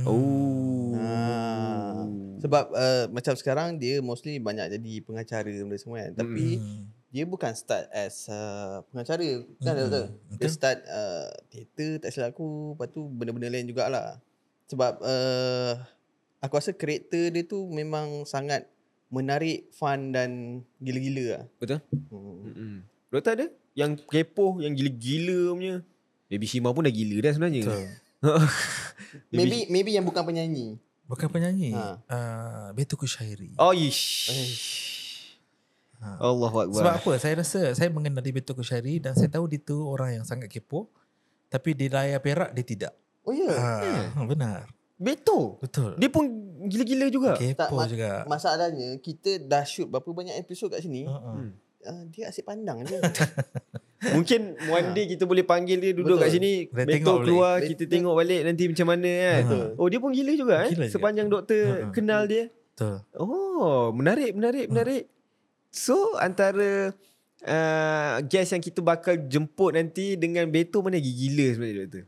Speaker 3: Hmm.
Speaker 2: Oh
Speaker 1: Ah. Sebab uh, macam sekarang dia mostly banyak jadi pengacara benda semua kan. Tapi
Speaker 3: Hmm.
Speaker 1: dia bukan start as uh, pengacara. Kan
Speaker 3: Hmm.
Speaker 1: betul? Dia
Speaker 3: Betul.
Speaker 1: start uh, teater tak silap aku. Lepas tu benda-benda lain jugalah. Sebab uh, aku rasa karakter dia tu memang sangat menarik, fun dan gila-gila lah.
Speaker 2: Betul.
Speaker 1: Hmm.
Speaker 2: Mm-mm. Lu tak ada Yang kepo Yang gila-gila punya Baby Shima pun dah gila dah sebenarnya
Speaker 3: Betul.
Speaker 1: Maybe maybe yang bukan penyanyi.
Speaker 3: Bukan penyanyi.
Speaker 1: Ha.
Speaker 3: Ha. Uh, Betuku Syairi.
Speaker 2: Oh ish
Speaker 1: Eish.
Speaker 3: Ha.
Speaker 2: Allah
Speaker 3: Sebab
Speaker 2: Akbar
Speaker 3: apa? Saya rasa saya mengenali Betuku Syairi dan saya tahu dia tu orang yang sangat kepo. Tapi di layar perak dia tidak.
Speaker 1: Oh
Speaker 2: Eh,
Speaker 1: ya. Yeah.
Speaker 3: Ha, benar.
Speaker 2: Betul
Speaker 3: Betul.
Speaker 2: Dia pun gila-gila juga
Speaker 1: Tak,
Speaker 3: Kepo
Speaker 1: ma-
Speaker 3: juga.
Speaker 1: Masalahnya kita dah shoot berapa banyak episod kat sini.
Speaker 3: Ha-ha.
Speaker 2: Hmm.
Speaker 1: Uh, dia asyik pandang je.
Speaker 2: Mungkin one day kita boleh panggil dia duduk
Speaker 1: Betul.
Speaker 2: kat sini.
Speaker 3: Kita
Speaker 2: Betul
Speaker 3: tengok
Speaker 2: keluar,
Speaker 1: balik.
Speaker 2: kita tengok balik nanti macam mana kan.
Speaker 1: Betul.
Speaker 2: Oh dia pun gila juga eh.
Speaker 3: Gila juga.
Speaker 2: Sepanjang doktor
Speaker 3: Ha-ha.
Speaker 2: kenal dia.
Speaker 3: Betul.
Speaker 2: Oh menarik, menarik, menarik. So antara uh, guest yang kita bakal jemput nanti dengan Beto mana lagi gila sebenarnya doktor?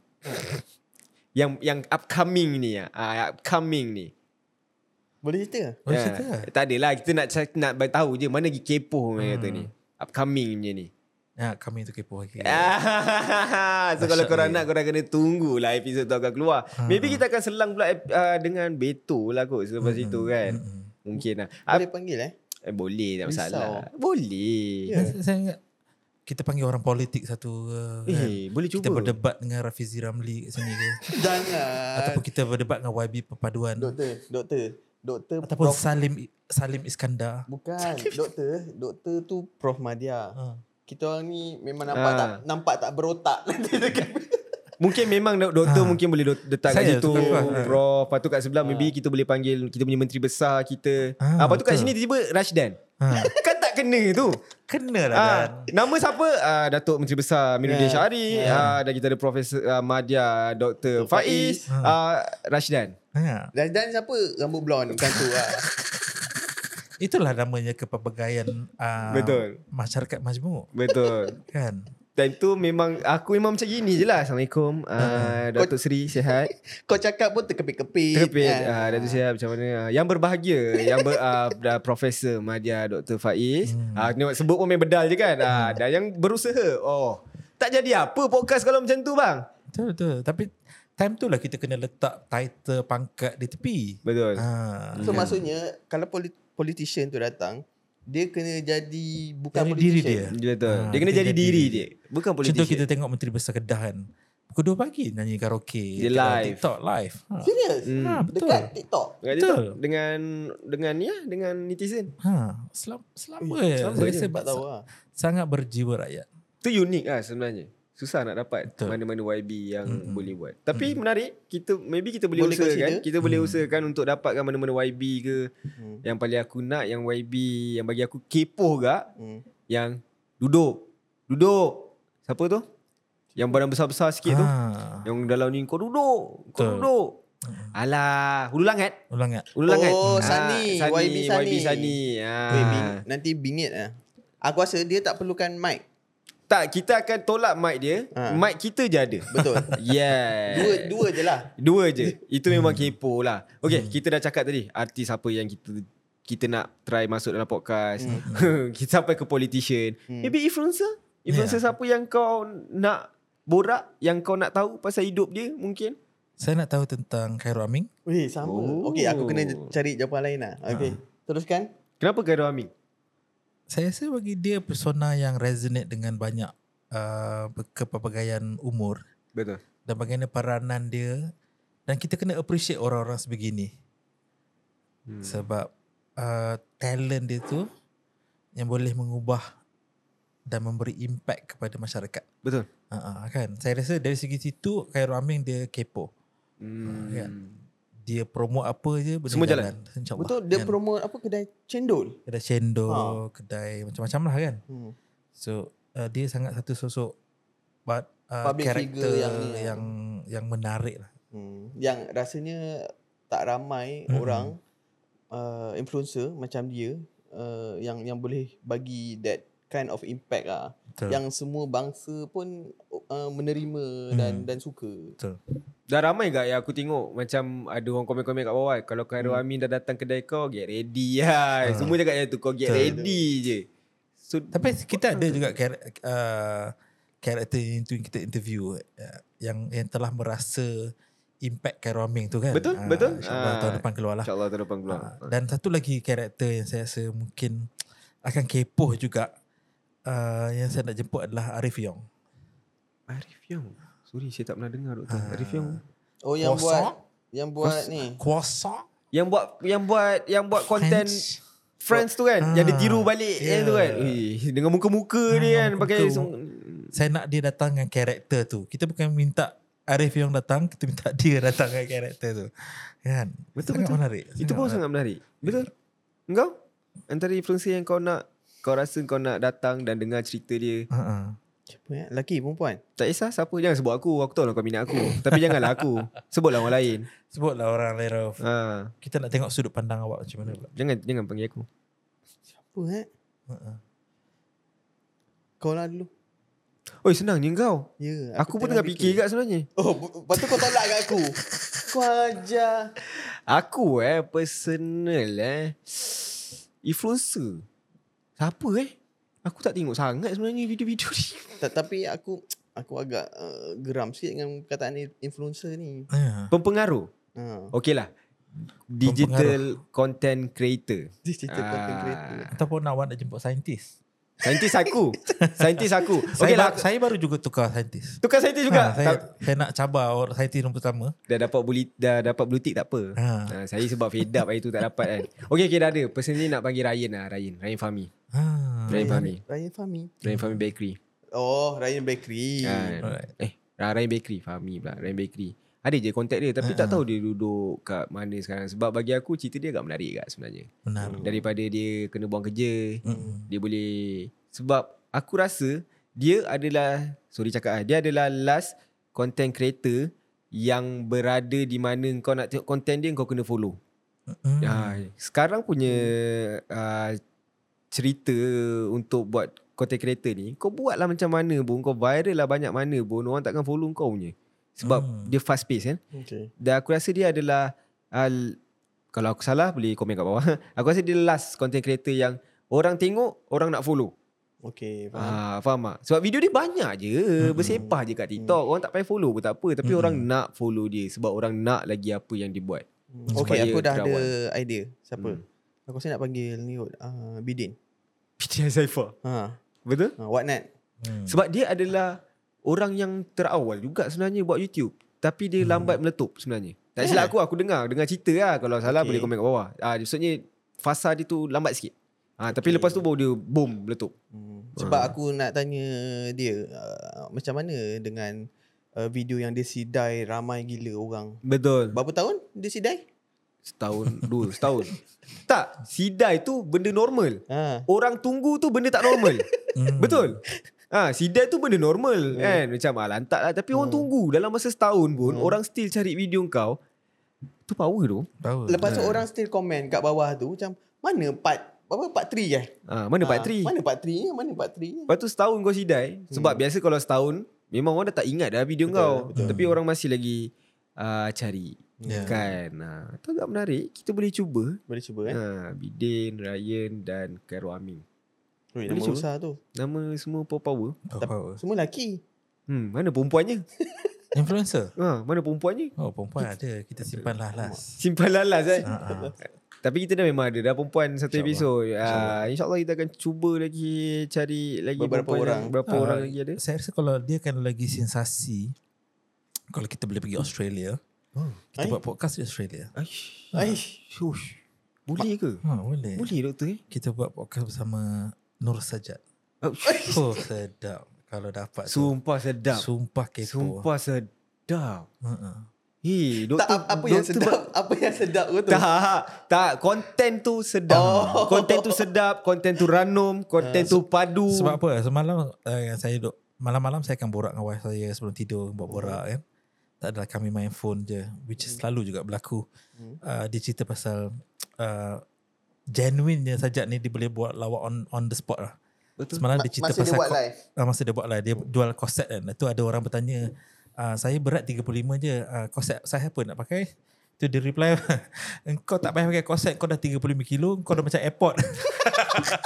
Speaker 2: yang yang upcoming ni ah, uh, upcoming ni.
Speaker 1: Boleh cerita?
Speaker 3: Boleh
Speaker 2: Ah,
Speaker 3: cerita lah.
Speaker 2: Tak adalah kita nak cak- nak tahu je mana lagi kepo hmm. kata ni. Upcoming punya ni.
Speaker 3: Ya, kami tu kepo lagi.
Speaker 2: Ya. Ah, so kalau
Speaker 3: Dahsyat
Speaker 2: korang
Speaker 3: ni.
Speaker 2: nak korang kena tunggulah episod tu akan keluar.
Speaker 3: Ha.
Speaker 2: Maybe kita akan selang pula uh, dengan Beto lah kot selepas itu kan.
Speaker 3: Mm-mm.
Speaker 2: Mungkin lah. Ah,
Speaker 1: Boleh panggil eh?
Speaker 2: eh, boleh tak masalah.
Speaker 1: Risau.
Speaker 2: Boleh.
Speaker 1: Ya.
Speaker 3: Dan saya- saya ingat kita panggil orang politik satu ke, kan?
Speaker 2: Eh, boleh
Speaker 3: Kita
Speaker 2: cuba.
Speaker 3: berdebat dengan Rafizi Ramli kat sini ke Ataupun
Speaker 1: Jangan.
Speaker 3: kita berdebat dengan YB Perpaduan
Speaker 1: Doktor, doktor, doktor
Speaker 3: Ataupun
Speaker 1: Prof.
Speaker 3: Salim Salim Iskandar
Speaker 1: Bukan, doktor, doktor tu Prof Madia.
Speaker 3: ha.
Speaker 1: Kita orang ni memang nampak
Speaker 2: Ah.
Speaker 1: tak nampak tak berotak nanti dekat.
Speaker 2: Mungkin memang dok- doktor
Speaker 3: Ah.
Speaker 2: mungkin boleh dok- letak kat
Speaker 3: Saya,
Speaker 2: situ.
Speaker 3: tukar keluar. Ah.
Speaker 2: Prof. Lepas tu kat sebelah maybe kita boleh panggil kita punya menteri besar kita. Ah,
Speaker 3: Ah,
Speaker 2: lepas tu kat
Speaker 3: betul.
Speaker 2: sini tiba-tiba Rashdan.
Speaker 3: ha.
Speaker 2: kan tak kena tu.
Speaker 3: Kena lah
Speaker 2: Ah,
Speaker 3: Dan
Speaker 2: nama siapa? Ah, Datuk Menteri Besar Minudin
Speaker 1: Ya.
Speaker 2: yeah. Syahari. Ah, dan kita ada Profesor ah, Madya, Dr. Faiz,
Speaker 3: Faiz.
Speaker 2: ah, Rashdan.
Speaker 3: ha.
Speaker 1: Dan dan siapa rambut blonde bukan tu lah.
Speaker 3: Itulah namanya kepelbagaian uh,
Speaker 2: Betul.
Speaker 3: Masyarakat majmuk
Speaker 2: Betul.
Speaker 3: Kan
Speaker 2: Time tu memang aku memang macam gini je lah. Assalamualaikum. Ah, Datuk Seri sihat.
Speaker 1: Kau cakap pun terkepit-kepit.
Speaker 2: Terkepit
Speaker 1: kan?
Speaker 2: ah, Datuk sihat macam mana? Ah, yang berbahagia, yang ber, ah, dah Profesor Madya, Dr. Faiz. Ah, tengok sebut pun main bedal je kan. Ah, dan yang berusaha. Oh. Tak jadi apa podcast kalau macam tu bang?
Speaker 3: Betul betul Tapi Time tu lah kita kena letak title pangkat di tepi
Speaker 2: Betul.
Speaker 3: ha.
Speaker 1: So maksudnya kalau polit- politician tu datang, dia kena jadi bukan
Speaker 3: Jadi diri
Speaker 1: politician.
Speaker 3: dia
Speaker 2: Betul.
Speaker 3: Ah,
Speaker 2: dia kena jadi diri dia. Bukan
Speaker 3: Contoh
Speaker 2: politician.
Speaker 3: kita tengok Menteri Besar Kedah kan Pukul 2 pagi nyanyi karaoke
Speaker 2: Dia
Speaker 3: kat
Speaker 2: live.
Speaker 3: TikTok live ha.
Speaker 1: Serius?
Speaker 2: Hmm.
Speaker 3: ha, Betul
Speaker 1: Dekat TikTok.
Speaker 2: Dengan
Speaker 3: Betul.
Speaker 2: Betul. dengan dengan ya dengan netizen.
Speaker 3: ha. Selama, selama,
Speaker 1: Eh,
Speaker 3: je.
Speaker 2: selama
Speaker 3: Saya
Speaker 2: je,
Speaker 3: rasa
Speaker 1: Tak tahu lah.
Speaker 3: Sangat berjiwa rakyat
Speaker 2: Tu unik lah sebenarnya. Susah nak dapat
Speaker 3: Betul.
Speaker 2: mana-mana YB yang
Speaker 3: Mm-mm.
Speaker 2: boleh buat. Tapi menarik, kita maybe kita boleh,
Speaker 1: Boleh
Speaker 2: usahakan.
Speaker 1: consider.
Speaker 2: Kita boleh
Speaker 3: Hmm.
Speaker 2: usahakan untuk dapatkan mana-mana YB ke
Speaker 1: Hmm.
Speaker 2: yang paling aku nak yang YB yang bagi aku kepo gak
Speaker 1: Hmm.
Speaker 2: yang duduk. Duduk. Siapa tu? Yang badan besar-besar sikit tu.
Speaker 3: ha.
Speaker 2: Yang dalam ni kau duduk. Kau
Speaker 3: Betul.
Speaker 2: duduk. Alah, hulu langat.
Speaker 3: Ulang tak?
Speaker 2: Hulu langat.
Speaker 1: Oh,
Speaker 2: Ah,
Speaker 1: Sani. YB Sani.
Speaker 2: YB Sani.
Speaker 1: Weh,
Speaker 2: Ah.
Speaker 1: bing, nanti bingit lah. Aku rasa dia tak perlukan mic.
Speaker 2: Tak, kita akan tolak mic dia.
Speaker 1: Ha.
Speaker 2: Ha. Mic kita je ada.
Speaker 1: Betul.
Speaker 2: Yeah.
Speaker 1: dua dua je lah.
Speaker 2: Dua je. Itu memang kepo lah. Okay, hmm. kita dah cakap tadi. Artis apa yang kita kita nak try masuk dalam podcast. Hmm. kita sampai ke politician.
Speaker 1: Hmm.
Speaker 2: Hmm. Maybe influencer. Influencer yeah. siapa yang kau nak borak. Yang kau nak tahu pasal hidup dia mungkin.
Speaker 3: Saya nak tahu tentang Khairul Aming
Speaker 1: Weh, sama.
Speaker 2: Oh.
Speaker 1: Okey, aku kena cari jawapan lain lah. Okey. Teruskan.
Speaker 2: Kenapa Khairul Amin?
Speaker 3: Saya rasa bagi dia persona yang resonate dengan banyak uh, Kepelbagaian umur
Speaker 2: Betul.
Speaker 3: Dan bagaimana peranan dia Dan kita kena appreciate orang-orang sebegini
Speaker 2: Hmm.
Speaker 3: Sebab uh, talent dia tu yang boleh mengubah dan memberi impact kepada masyarakat.
Speaker 2: Betul.
Speaker 3: Ha kan. Saya rasa dari segi situ Khairul Aming dia kepo.
Speaker 2: Hmm.
Speaker 3: Ya. Dia promote apa je benda
Speaker 2: Semua jalan.
Speaker 3: Insya-Allah.
Speaker 1: Betul, dia
Speaker 3: kan?
Speaker 1: promote apa kedai cendol.
Speaker 3: kedai cendol,
Speaker 1: Ha.
Speaker 3: kedai macam-macam lah kan.
Speaker 1: Hmm.
Speaker 3: So uh, dia sangat satu sosok but uh,
Speaker 1: Public
Speaker 3: karakter
Speaker 1: figure yang
Speaker 3: yang,
Speaker 1: ni, eh.
Speaker 3: yang yang menarik lah.
Speaker 1: Hmm. Yang rasanya tak ramai
Speaker 3: Mm-mm.
Speaker 1: orang uh, influencer macam dia uh, yang yang boleh bagi that kind of impact lah.
Speaker 3: Betul.
Speaker 1: Yang semua bangsa pun uh, menerima dan dan suka.
Speaker 2: Dah ramai gak yang aku tengok Macam ada orang komen-komen kat bawah Kalau Khairul Amin dah datang kedai kau Get ready lah
Speaker 3: Ah.
Speaker 2: Semua cakap macam tu Kau get
Speaker 3: Betul.
Speaker 2: ready je So
Speaker 3: Tapi kita ada juga kar- uh, karakter yang tu yang kita interview uh, yang yang telah merasa impact Khairul Aming tu kan.
Speaker 2: Betul,
Speaker 3: Ah,
Speaker 2: betul.
Speaker 3: InsyaAllah
Speaker 2: Ah.
Speaker 3: tahun depan keluar lah.
Speaker 2: InsyaAllah tahun depan keluar
Speaker 3: Ah, Dan satu lagi karakter yang saya rasa mungkin akan kepoh juga uh, yang saya nak jemput adalah Arif Yong.
Speaker 2: Arif Yong Sorry saya tak pernah dengar doktor
Speaker 3: Ah.
Speaker 2: Arif Yong
Speaker 1: Oh yang buat
Speaker 3: Croissant?
Speaker 1: yang buat ni.
Speaker 3: Kuasa
Speaker 2: Yang buat Yang buat Yang buat konten
Speaker 3: French.
Speaker 2: Friends tu kan
Speaker 3: Ah,
Speaker 2: Yang dia tiru balik Yang
Speaker 3: yeah.
Speaker 2: tu kan Ui, Dengan muka-muka dia
Speaker 3: Ah,
Speaker 2: kan Pakai
Speaker 3: muka-muka.
Speaker 2: sung-
Speaker 3: Saya nak dia datang dengan karakter tu. Kita bukan minta Arif Yong datang, kita minta dia datang dengan karakter tu. Kan?
Speaker 2: Betul,
Speaker 3: sangat
Speaker 2: betul.
Speaker 3: menarik.
Speaker 2: Itu pun
Speaker 3: lah.
Speaker 2: sangat menarik Betul Engkau Antara influencer yang kau nak Kau rasa kau nak datang Dan dengar cerita dia
Speaker 3: Uh-uh.
Speaker 1: Siapa ya? Lelaki perempuan.
Speaker 2: Tak kisah siapa Jangan sebut aku Aku tahu lah kau minat aku Tapi janganlah aku Sebutlah orang lain
Speaker 3: Sebutlah orang lain Rauf.
Speaker 2: ha,
Speaker 3: Kita nak tengok sudut pandang awak macam mana pula.
Speaker 2: Jangan jangan panggil aku
Speaker 1: Apa eh?
Speaker 3: Uh-uh.
Speaker 1: Kau lah dulu.
Speaker 2: Oi senang je kau
Speaker 1: Ya,
Speaker 2: Aku, pun tengah fikir kat sebenarnya
Speaker 1: Oh, bu- lepas tu kau tolak kat aku. kau ajar.
Speaker 2: Aku eh Personal eh Influencer Siapa eh Aku tak tengok sangat sebenarnya Video-video dia
Speaker 1: Ta- Tapi aku aku agak uh, geram sikit dengan perkataan ni, influencer ni.
Speaker 3: Yeah.
Speaker 2: Pempengaruh
Speaker 1: Ha.
Speaker 2: Okay lah Digital content creator
Speaker 1: Digital content
Speaker 2: Ah.
Speaker 1: creator.
Speaker 3: Ataupun awak nak jemput saintis.
Speaker 2: Saintis aku Saintis aku
Speaker 3: saya,
Speaker 2: Okay lah
Speaker 3: ba- saya baru juga tukar saintis.
Speaker 2: Tukar saintis
Speaker 3: Ha,
Speaker 2: juga
Speaker 3: saya,
Speaker 2: Tak-
Speaker 3: saya nak cabar orang saintis nombor pertama.
Speaker 2: Dah dapat buli, Dah dapat blue tick tak apa
Speaker 3: Ha.
Speaker 2: Ha, saya sebab fed up hari tu tak dapat kan. Okay, okay dah ada. Personally nak panggil Ryan lah. Ryan. Ryan Fahmi.
Speaker 3: Ha.
Speaker 2: Ryan Fahmi.
Speaker 1: Ryan Fahmi.
Speaker 2: Ryan Fahmi Bakery.
Speaker 1: Oh, Ryan Bakery.
Speaker 2: Ha,
Speaker 3: Alright.
Speaker 2: eh, Ra- Ryan Bakery. Fahmi pula. Ryan Bakery. Ada je kontak dia tapi tak tahu dia duduk kat mana sekarang. Sebab bagi aku cerita dia agak menarik kat sebenarnya.
Speaker 3: Benar.
Speaker 2: Daripada dia kena buang kerja.
Speaker 3: Mm-mm.
Speaker 2: Dia boleh... Sebab aku rasa dia adalah... Sorry cakap lah. Dia adalah last content creator yang berada di mana kau nak tengok content dia kau kena follow.
Speaker 3: Mm-mm.
Speaker 2: Ya, sekarang punya uh, cerita untuk buat content creator ni, kau buat lah macam mana pun, kau viral lah banyak mana pun, orang takkan follow kau punya. Sebab
Speaker 3: Hmm.
Speaker 2: dia fast pace kan.
Speaker 1: Okay.
Speaker 2: Dan aku rasa dia adalah, uh, kalau aku salah boleh komen kat bawah. aku rasa dia last content creator yang orang tengok, orang nak follow.
Speaker 1: Okay, faham.
Speaker 2: Ah, faham tak? Sebab video dia banyak je, bersepah je kat TikTok. Orang tak payah follow pun tak apa, tapi orang nak follow dia sebab orang nak lagi apa yang dia buat.
Speaker 1: Hmm.
Speaker 2: Supaya
Speaker 1: Okay, aku dah ada
Speaker 2: terawal.
Speaker 1: idea. Siapa?
Speaker 2: Hmm.
Speaker 1: Aku rasa nak panggil ni kot. Uh, Bidin.
Speaker 2: PTI Saifa.
Speaker 1: Ha.
Speaker 2: Betul?
Speaker 1: ha. What not?
Speaker 3: Mm.
Speaker 2: Sebab dia adalah orang yang terawal juga sebenarnya buat YouTube. Tapi dia hmm. lambat meletup sebenarnya. Tak silap aku, aku dengar. Dengar cerita lah. Kalau
Speaker 1: Eh.
Speaker 2: salah
Speaker 1: Okay.
Speaker 2: boleh komen kat bawah. Ah, maksudnya fasa dia tu lambat sikit. Ah, tapi
Speaker 1: Okay.
Speaker 2: lepas tu baru dia boom meletup.
Speaker 1: Hmm. Sebab
Speaker 2: Ah.
Speaker 1: aku nak tanya dia uh, macam mana dengan uh, video yang dia sidai ramai gila orang.
Speaker 2: Betul.
Speaker 1: Berapa tahun dia sidai?
Speaker 2: Setahun, dua, setahun. tak, sidai tu benda normal.
Speaker 1: Ha.
Speaker 2: Orang tunggu tu benda tak normal.
Speaker 3: Mm.
Speaker 2: Betul? Ah, sidai tu benda
Speaker 1: Hmm.
Speaker 2: normal kan. Macam ah, lantak lah. Tapi orang
Speaker 1: Hmm.
Speaker 2: tunggu dalam masa setahun pun.
Speaker 1: Hmm.
Speaker 2: Orang still cari video kau. Tu power tu.
Speaker 3: Tahu.
Speaker 1: Lepas tu
Speaker 2: Ha.
Speaker 1: orang still komen kat bawah tu macam mana part apa part 3 eh?
Speaker 2: Ah, mana
Speaker 1: Ha,
Speaker 2: part 3?
Speaker 1: Mana part 3 nya? Mana part 3 nya?
Speaker 2: Lepas tu setahun kau sidai Sebab
Speaker 1: Hmm.
Speaker 2: biasa kalau setahun Memang orang dah tak ingat dah video
Speaker 1: Betul,
Speaker 2: kau
Speaker 1: betul.
Speaker 2: Tapi orang masih lagi uh, Cari
Speaker 3: Ya.
Speaker 2: Kan uh, Itu agak menarik Kita boleh cuba
Speaker 1: Boleh cuba eh.
Speaker 2: uh, Bidin, Ryan dan Khairul Amin
Speaker 1: Ui,
Speaker 2: boleh
Speaker 1: nama
Speaker 2: cuba.
Speaker 1: besar tu.
Speaker 2: Nama semua power power
Speaker 3: Tahu power.
Speaker 1: Semua lelaki.
Speaker 2: Hmm, mana perempuannya?
Speaker 3: Influencer.
Speaker 2: Ha, mana perempuannya?
Speaker 3: Oh perempuan ada. Kita simpan lah last.
Speaker 2: Simpan lalas eh.
Speaker 3: Ha, ha.
Speaker 2: Tapi kita dah memang ada dah perempuan satu
Speaker 3: InsyaAllah.
Speaker 2: episod. Ah, InsyaAllah kita akan cuba lagi cari lagi
Speaker 1: Beberapa
Speaker 2: perempuan
Speaker 1: orang.
Speaker 2: Yang, berapa
Speaker 3: Ah,
Speaker 2: orang lagi ada.
Speaker 3: Saya rasa kalau dia kan lagi sensasi. Kalau kita boleh pergi Australia.
Speaker 2: Oh.
Speaker 3: Kita
Speaker 1: Ai.
Speaker 3: buat podcast di Australia.
Speaker 2: Aish.
Speaker 1: Aish.
Speaker 2: Shush. Boleh ke?
Speaker 3: Ha, boleh.
Speaker 2: Boleh doktor eh?
Speaker 3: Kita buat podcast bersama Nur Sajat.
Speaker 2: Aish.
Speaker 3: Oh sedap. Kalau dapat tu.
Speaker 2: Sumpah sedap.
Speaker 3: Sumpah kepo.
Speaker 2: Sumpah sedap.
Speaker 3: Ha-ha.
Speaker 2: Hei,
Speaker 1: Tak
Speaker 2: doktor,
Speaker 1: apa, apa yang
Speaker 2: doktor-
Speaker 1: sedap, apa yang sedap ke tu?
Speaker 2: Tak, tak. Konten tu sedap. Oh. Eh, Konten tu sedap. Konten tu ranum. Konten tu padu.
Speaker 3: Sebab apa? Semalam uh, yang saya duk malam-malam saya akan borak dengan wife saya sebelum
Speaker 2: Hmm.
Speaker 3: tidur buat borak kan. Tak adalah kami main phone je which is selalu juga berlaku.
Speaker 1: Hmm.
Speaker 3: Uh, dia cerita pasal uh, genuine je sajak ni dia boleh buat lawak on on the spot lah.
Speaker 2: Betul.
Speaker 3: Semalam
Speaker 1: Ma-
Speaker 3: dia cerita
Speaker 1: masa
Speaker 3: pasal
Speaker 1: dia buat
Speaker 3: ko-
Speaker 1: live.
Speaker 3: Ah, masa dia buat lah dia jual korset kan. Lepas tu ada orang bertanya ah, saya berat 35 je. Ah, korset saya apa nak pakai? Tu dia reply Engkau tak payah pakai korset Kau dah 35 kilo Kau dah macam airport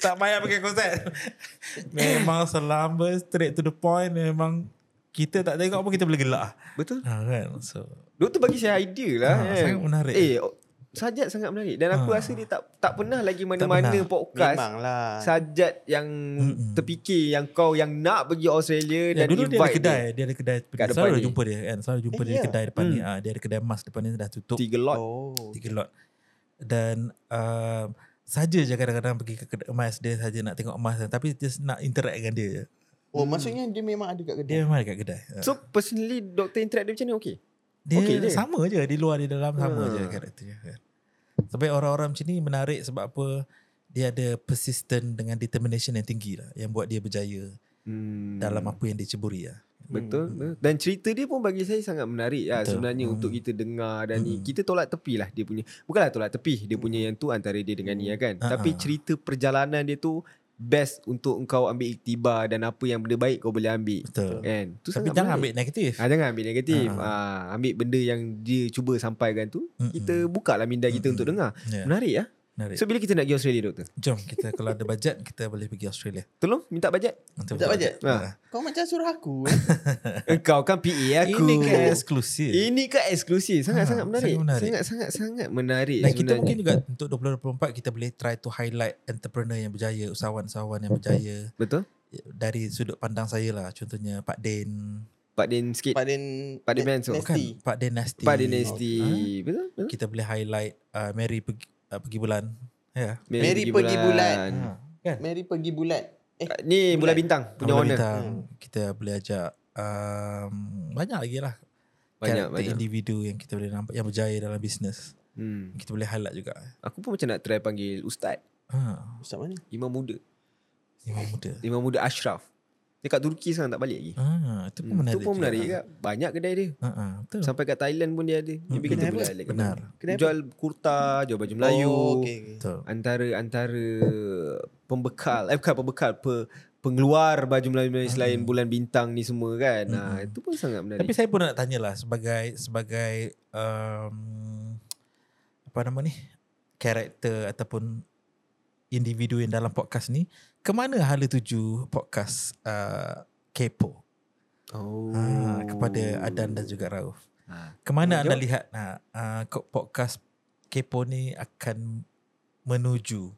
Speaker 3: Tak payah pakai korset Memang selamba Straight to the point Memang Kita tak tengok pun Kita boleh gelak
Speaker 2: Betul.
Speaker 3: ha, kan? So
Speaker 2: Doktor bagi saya idea lah.
Speaker 3: Ah,
Speaker 2: kan.
Speaker 3: sangat menarik.
Speaker 2: Eh, o- Sajat sangat menarik dan aku
Speaker 3: Ah.
Speaker 2: rasa dia tak tak pernah lagi mana-mana
Speaker 3: pernah.
Speaker 2: podcast
Speaker 1: Memang lah.
Speaker 2: Sajat yang
Speaker 3: Mm-mm.
Speaker 2: terfikir yang kau yang nak pergi Australia
Speaker 3: Ya,
Speaker 2: dan
Speaker 3: dulu dia ada
Speaker 2: invite
Speaker 3: kedai, dia. ada kedai
Speaker 2: Kat depan
Speaker 3: selalu
Speaker 2: ni.
Speaker 3: jumpa dia kan. Selalu jumpa
Speaker 1: Eh,
Speaker 3: dia di
Speaker 1: ya.
Speaker 3: kedai depan ni.
Speaker 2: Hmm.
Speaker 3: Ah, dia ada kedai emas depan ni dah tutup.
Speaker 2: Tiga lot.
Speaker 1: Oh.
Speaker 3: tiga lot dan uh, saja je kadang-kadang pergi ke kedai emas dia saja nak tengok emas kan. tapi just nak interact dengan dia je.
Speaker 1: Oh, maksudnya dia memang ada kat
Speaker 3: dia
Speaker 1: kedai.
Speaker 3: memang dekat kedai Ah.
Speaker 2: So personally doktor interact dia macam ni okey.
Speaker 3: dia
Speaker 2: okey je.
Speaker 3: sama je di luar di dalam
Speaker 2: Ah.
Speaker 3: sama je karakter dia kan. sebab orang-orang macam ni menarik sebab apa dia ada persistent dengan determination yang tinggi lah yang buat dia berjaya
Speaker 2: Hmm.
Speaker 3: dalam apa yang diceburi lah
Speaker 2: Betul, betul. Dan cerita dia pun bagi saya sangat menarik lah
Speaker 3: Betul.
Speaker 2: sebenarnya
Speaker 3: Hmm.
Speaker 2: untuk kita dengar dan ni
Speaker 3: Hmm.
Speaker 2: kita tolak tepi lah dia punya. Bukanlah tolak tepi, dia punya yang tu antara dia dengan ni lah kan.
Speaker 3: Ah,
Speaker 2: Tapi
Speaker 3: ah.
Speaker 2: cerita perjalanan dia tu best untuk engkau ambil iktibar dan apa yang benda baik kau boleh ambil.
Speaker 3: betul,
Speaker 2: Kan? Tu
Speaker 3: tapi
Speaker 2: sangat
Speaker 3: jangan
Speaker 2: menarik.
Speaker 3: ambil negatif
Speaker 2: Ah, jangan ambil negatif.
Speaker 3: Ah,
Speaker 2: Ah, ambil benda yang dia cuba sampaikan tu,
Speaker 3: Mm-mm.
Speaker 2: kita buka lah minda kita
Speaker 3: Mm-mm.
Speaker 2: untuk dengar.
Speaker 3: hmm. Ya,
Speaker 2: Menarik ah.
Speaker 3: menarik.
Speaker 2: So bila kita nak pergi Australia doktor?
Speaker 3: jom kita kalau ada bajet kita boleh pergi Australia
Speaker 2: Tolong minta bajet.
Speaker 3: Untuk
Speaker 1: Sekejap bajet?
Speaker 3: Ah.
Speaker 1: Kau macam suruh aku. eh.
Speaker 2: Engkau kan PA aku.
Speaker 3: ini kan eksklusif
Speaker 2: Ini kan eksklusif Sangat-sangat
Speaker 3: Ha,
Speaker 2: menarik
Speaker 3: sangat menarik.
Speaker 2: Sangat-sangat sangat menarik
Speaker 3: Dan kita
Speaker 2: sebenarnya.
Speaker 3: mungkin juga untuk 2024 kita boleh try to highlight entrepreneur yang berjaya, usahawan-usahawan yang berjaya
Speaker 2: Betul
Speaker 3: dari sudut pandang saya lah. Contohnya Pak Din,
Speaker 2: Pak Din sikit
Speaker 1: Paden
Speaker 2: Pak Din Manso.
Speaker 3: bukan
Speaker 1: Nasty.
Speaker 3: Pak Din Nasty.
Speaker 2: Pak Din Nasty
Speaker 3: Ah,
Speaker 2: Betul betul
Speaker 3: Kita boleh highlight uh, Mary pergi, uh, pergi bulan. Ya.
Speaker 1: Mary pergi bulan.
Speaker 3: Yeah. Ha, kan?
Speaker 1: Mary pergi bulat. Eh,
Speaker 2: Ah, Ni bulan
Speaker 1: Bulan.
Speaker 2: bintang Punya
Speaker 3: Ha.
Speaker 2: Hmm.
Speaker 3: Bulan
Speaker 2: warna
Speaker 3: bintang, Kita boleh ajak um, banyak lagi lah
Speaker 2: Banyak
Speaker 3: karakter
Speaker 2: banyak
Speaker 3: individu yang kita boleh nampak yang berjaya dalam bisnes.
Speaker 2: hmm.
Speaker 3: Kita boleh highlight juga.
Speaker 2: Aku pun macam nak try panggil Ustaz
Speaker 3: Ha,
Speaker 1: ustaz mana?
Speaker 2: Imam muda
Speaker 3: imam muda.
Speaker 2: Imam muda Ashraf Dekat Turki sekarang tak balik lagi
Speaker 3: Ha, itu pun
Speaker 2: hmm.
Speaker 3: menarik.
Speaker 2: Tu pun
Speaker 3: juga.
Speaker 2: menarik juga Banyak kedai dia
Speaker 3: Ha, ha, betul. Hmm.
Speaker 2: Sampai kat Thailand pun dia ada Tapi kita
Speaker 1: Kenapa?
Speaker 2: boleh balik
Speaker 3: Benar.
Speaker 1: Kedai apa?
Speaker 2: Jual kurta Jual baju Melayu
Speaker 1: Oh, okay, okay.
Speaker 3: Betul.
Speaker 2: antara antara pembekal eh bukan pembekal pe, pengeluar baju Melayu-Melayu selain bulan bintang ni semua kan. Hmm. Ha, itu pun sangat menarik.
Speaker 3: Tapi saya pun nak tanyalah sebagai sebagai um, apa nama ni karakter ataupun individu yang dalam podcast ni kemana hala tuju podcast uh, Kepo
Speaker 2: oh.
Speaker 3: ha, kepada Adan dan juga Rauf.
Speaker 2: Ha.
Speaker 3: Kemana
Speaker 2: Jom.
Speaker 3: anda lihat ha, uh, ko- podcast Kepo ni akan menuju?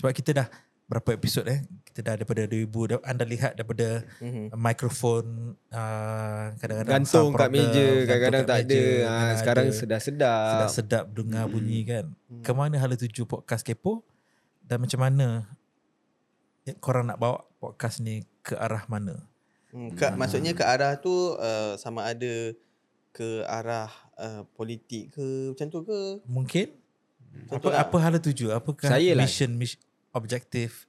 Speaker 3: Sebab kita dah berapa episod eh? Kita dah daripada 2000 dah- anda lihat daripada
Speaker 1: Mhm.
Speaker 3: mikrofon uh, kadang-kadang
Speaker 2: Gantung
Speaker 3: sound
Speaker 2: kat
Speaker 3: problem,
Speaker 2: meja,
Speaker 3: gantung
Speaker 2: kadang-kadang
Speaker 3: kat
Speaker 2: tak ada.
Speaker 3: meja,
Speaker 2: Ha,
Speaker 3: kadang
Speaker 2: sekarang
Speaker 3: ada.
Speaker 2: sedap-sedap.
Speaker 3: sedap sedap dengar
Speaker 2: Mm.
Speaker 3: bunyi kan.
Speaker 1: Hmm.
Speaker 3: Ke mana hala tuju podcast kepo dan macam mana ya, korang nak bawa podcast ni ke arah mana?
Speaker 1: Hmm, ke,
Speaker 3: Hmm.
Speaker 1: maksudnya ke arah tu uh, sama ada ke arah uh, politik ke macam tu ke?
Speaker 3: Mungkin
Speaker 1: Macam tu
Speaker 3: apa
Speaker 1: lah.
Speaker 3: apa hala tuju? Apakah
Speaker 2: Saya lah.
Speaker 3: mission, mission objektif,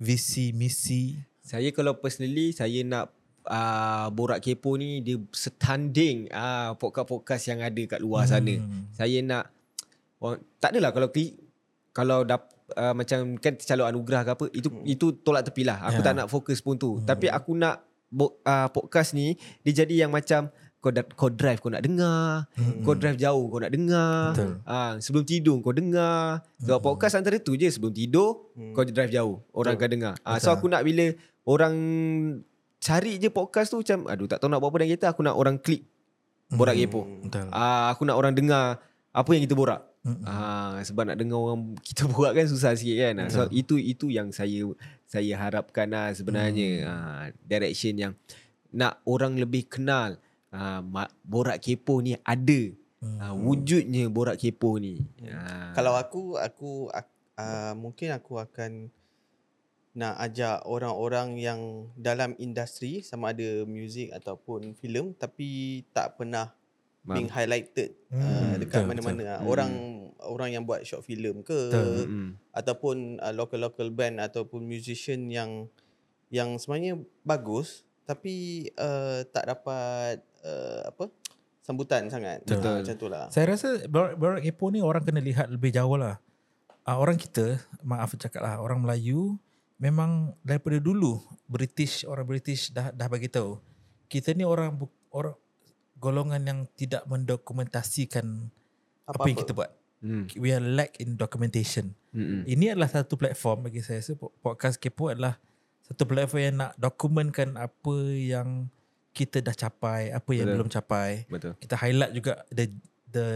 Speaker 3: visi, misi?
Speaker 2: Saya kalau personally saya nak uh, borak kepo ni dia setanding ah uh, podcast-podcast yang ada kat luar hmm. sana.
Speaker 3: Hmm.
Speaker 2: Saya nak orang, Tak adalah kalau kli, Kalau dap, uh, Macam kan calon anugerah ke apa Itu
Speaker 1: Hmm.
Speaker 2: itu tolak tepi lah Aku
Speaker 3: Ya.
Speaker 2: tak nak fokus pun tu
Speaker 3: Hmm.
Speaker 2: Tapi aku nak bo, uh, Podcast ni Dia jadi yang macam kau, da- kau drive kau nak dengar
Speaker 3: Hmm.
Speaker 2: Kau drive jauh kau nak dengar
Speaker 3: Betul.
Speaker 2: Ah, Sebelum tidur kau dengar Sebab
Speaker 3: Hmm.
Speaker 2: podcast antara tu je Sebelum tidur
Speaker 1: Hmm.
Speaker 2: Kau drive jauh Orang akan dengar Ah, So
Speaker 3: Betul.
Speaker 2: aku nak bila Orang Cari je podcast tu macam Aduh tak tahu nak buat apa dalam kereta Aku nak orang klik Borak
Speaker 3: Hmm.
Speaker 2: kepo
Speaker 3: Betul.
Speaker 2: Ah, Aku nak orang dengar Apa yang kita borak
Speaker 3: Hmm.
Speaker 2: Ah, sebab nak dengar orang kita buat kan susah sikit kan. Ah, So itu itu yang saya saya harapkan lah sebenarnya. Ah, direction yang nak orang lebih kenal ah, ma- borak kepo ni ada.
Speaker 3: Hmm.
Speaker 2: Ah, wujudnya borak kepo ni. Ah.
Speaker 1: Kalau aku aku ak- uh, mungkin aku akan nak ajak orang-orang yang dalam industri sama ada muzik ataupun filem tapi tak pernah
Speaker 2: Faham.
Speaker 1: being highlighted
Speaker 3: Hmm,
Speaker 1: uh, dekat
Speaker 3: betul,
Speaker 1: mana-mana ah.
Speaker 2: Hmm.
Speaker 1: orang orang yang buat short film ke
Speaker 3: Betul.
Speaker 2: Mm-mm.
Speaker 1: ataupun uh, local local band ataupun musician yang yang sebenarnya bagus tapi uh, tak dapat uh, apa sambutan sangat.
Speaker 2: Betul.
Speaker 1: Ah, Macam tu lah.
Speaker 3: Saya rasa Barak, Barak Epo ni orang kena lihat lebih jauh lah. Uh, orang kita, maaf cakap lah, orang Melayu memang daripada dulu British, orang British dah dah bagi tahu. Kita ni orang bu- orang golongan yang tidak mendokumentasikan apa, apa yang kita buat.
Speaker 2: Hmm.
Speaker 3: We are lack in documentation.
Speaker 2: Mm-mm.
Speaker 3: Ini adalah satu platform bagi saya. So, po- podcast Kepo adalah satu platform yang nak dokumentkan apa yang kita dah capai, apa yang
Speaker 2: Betul.
Speaker 3: belum capai
Speaker 2: Betul.
Speaker 3: kita highlight juga the the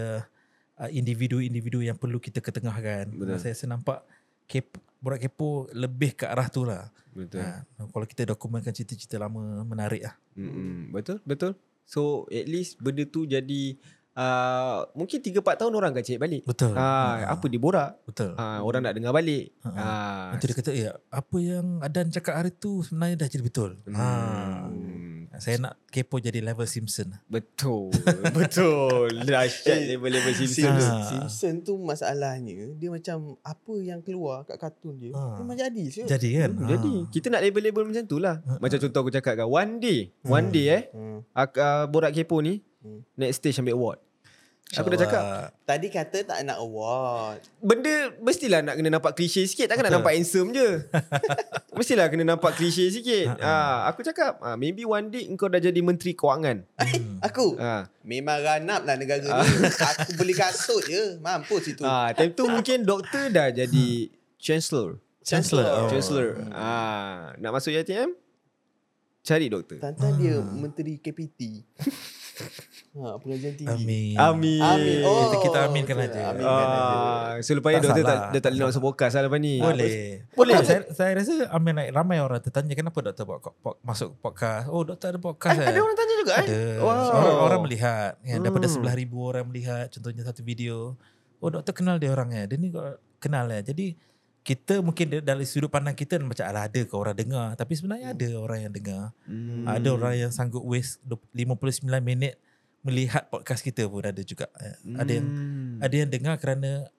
Speaker 3: uh, individu-individu yang perlu kita ketengahkan. Ah,
Speaker 2: Betul.
Speaker 3: Saya rasa nampak kepo, borak kepo lebih ke arah tu lah.
Speaker 2: Betul.
Speaker 3: Ha, kalau kita dokumentkan cerita-cerita lama menarik lah.
Speaker 2: Mm-mm. Betul, betul. So at least benda tu jadi uh, mungkin 3 4 tahun orang akan cek balik.
Speaker 3: Betul.
Speaker 2: Ah, apa diborak?
Speaker 3: Betul.
Speaker 2: Ah, orang nak dengar balik.
Speaker 3: Ha, ha.
Speaker 2: Ah.
Speaker 3: Itu dia kata ya, apa yang Adan cakap hari tu sebenarnya dah jadi betul. Ha.
Speaker 2: Hmm.
Speaker 3: Saya nak kepo jadi level Simpson.
Speaker 2: Betul. betul. Dahsyat level-level Simpson tu.
Speaker 3: Simpson. Ah.
Speaker 1: Simpson tu masalahnya dia macam apa yang keluar kat kartun dia
Speaker 3: Ah.
Speaker 1: memang jadi siut.
Speaker 3: Jadi kan?
Speaker 2: Hmm, Jadi kita nak label-label macam tu lah.
Speaker 3: Ha,
Speaker 2: Macam contoh aku cakap kan. One day. One day eh.
Speaker 1: Hmm.
Speaker 2: Ak, uh, borak kepo ni.
Speaker 1: Hmm.
Speaker 2: Next stage ambil award.
Speaker 3: Ha.
Speaker 2: Aku dah cakap.
Speaker 3: InsyaAllah.
Speaker 1: Tadi kata tak nak award.
Speaker 2: Benda mestilah nak kena nampak klise sikit. Takkan nak nampak handsome je. mestilah kena nampak klise sikit. Ah, aku cakap. Ah, maybe one day engkau dah jadi menteri kewangan.
Speaker 3: Hmm.
Speaker 1: Aku
Speaker 2: Ah.
Speaker 1: memang ranap lah negara ni. Aku beli kasut je. Mampus itu.
Speaker 2: ah, time tu mungkin doktor dah jadi chancellor.
Speaker 3: Chancellor. Oh.
Speaker 2: Chancellor. Ah, nak masuk UiTM? Cari doktor.
Speaker 1: Tantan dia menteri KPT. ha, pengajian tinggi.
Speaker 3: Ya. Amin.
Speaker 2: Amin.
Speaker 1: Amin. Oh,
Speaker 3: Kita- kita aminkan
Speaker 1: betul
Speaker 3: aja.
Speaker 1: lah. Aminkan aja.
Speaker 2: Ah, so lepas ni
Speaker 3: Tak
Speaker 2: doktor tak,
Speaker 3: salah.
Speaker 2: dia tak boleh nak masuk podcast lah lepas ni.
Speaker 3: Boleh.
Speaker 2: Boleh.
Speaker 3: kan Saya, saya rasa ambil like, ramai orang tertanya kenapa doktor buat ko- pod, masuk podcast. Oh doktor ada podcast
Speaker 2: Eh,
Speaker 3: eh.
Speaker 2: ada orang tanya juga eh?
Speaker 3: Ada.
Speaker 2: Wow.
Speaker 3: Orang, orang melihat. Ya, daripada
Speaker 2: Hmm.
Speaker 3: sebelah ribu orang melihat. Contohnya satu video. Oh doktor kenal dia orangnya. Dia ni kok kenal ya. Jadi kita mungkin dari- dari sudut pandang kita macam "Alah, ada ke orang dengar. Tapi sebenarnya ada orang yang dengar.
Speaker 2: Hmm.
Speaker 3: Ada orang yang sanggup waste 59 minit melihat podcast kita pun ada juga. Ya, Ada yang
Speaker 2: Hmm.
Speaker 3: ada yang dengar kerana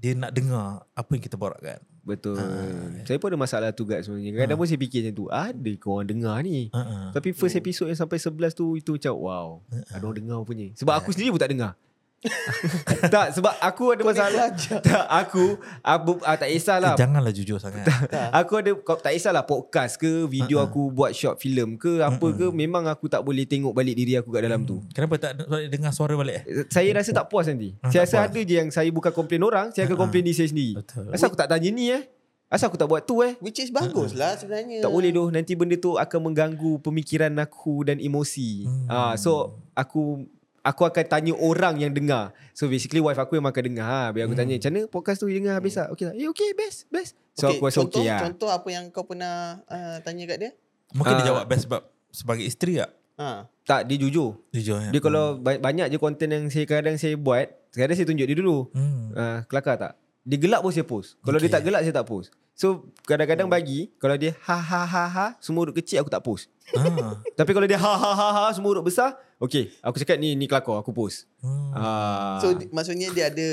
Speaker 3: dia nak dengar apa yang kita kan? borakkan.
Speaker 2: Betul.
Speaker 3: Ah.
Speaker 2: Saya pun ada masalah tu guys sebenarnya. Kadang-kadang
Speaker 3: Ah.
Speaker 2: pun saya fikir macam tu. Ada ke orang dengar ni?
Speaker 3: Uh-uh.
Speaker 2: Tapi first
Speaker 1: Hmm.
Speaker 2: episode yang sampai 11 tu itu macam wow.
Speaker 3: Ah.
Speaker 2: Ada orang dengar punya. Sebab aku sendiri pun tak dengar. tak sebab aku ada
Speaker 1: Kau ni
Speaker 2: masalah.
Speaker 1: pelajar.
Speaker 2: tak aku aku ah, tak kisahlah.
Speaker 3: Eh, janganlah jujur sangat.
Speaker 2: Aku ada kau- tak kisahlah podcast ke video
Speaker 3: Ah, ah.
Speaker 2: aku buat short film ke apa ke memang aku tak boleh tengok balik diri aku kat dalam tu.
Speaker 3: Kenapa tak boleh dengar suara balik?
Speaker 2: Saya rasa tak puas nanti.
Speaker 3: Ah,
Speaker 2: saya
Speaker 3: tak
Speaker 2: rasa
Speaker 3: puas.
Speaker 2: ada je yang saya bukan komplain orang, saya akan
Speaker 3: Ah, ah.
Speaker 2: komplain diri saya sendiri.
Speaker 3: Betul.
Speaker 2: Asal aku tak tanya ni eh? Asal aku tak buat tu eh?
Speaker 1: Which is bagus lah sebenarnya.
Speaker 2: Tak boleh doh nanti benda tu akan mengganggu pemikiran aku dan emosi.
Speaker 3: Hmm.
Speaker 2: Ah so aku aku akan tanya orang yang dengar. So basically wife aku memang akan dengar. Ha, biar aku
Speaker 3: Hmm.
Speaker 2: tanya macam mana podcast tu you dengar habis tak? Okey tak? Eh okey best best. So
Speaker 1: Okey,
Speaker 2: aku rasa
Speaker 1: contoh,
Speaker 2: okey lah.
Speaker 1: Contoh apa yang kau pernah uh, tanya kat dia?
Speaker 3: Mungkin dia
Speaker 2: Ah.
Speaker 3: jawab best sebab sebagai isteri tak?
Speaker 1: Ha.
Speaker 2: Tak dia jujur.
Speaker 3: Jujur. ya?
Speaker 2: Dia kalau ba- banyak je konten yang saya kadang saya buat, kadang saya tunjuk dia dulu.
Speaker 3: Hmm.
Speaker 2: Uh, kelakar tak? Dia gelak pun saya post. Kalau okay. dia
Speaker 3: Okay. Hmm.
Speaker 2: tak gelak saya tak post. So kadang-kadang bagi kalau dia ha ha ha ha semua huruf kecil aku tak post.
Speaker 3: Ah.
Speaker 2: Tapi kalau dia ha ha ha ha semua huruf besar, okey, aku cakap ni ni kelakar aku post.
Speaker 3: Hmm.
Speaker 2: Ah.
Speaker 1: So di- maksudnya dia ada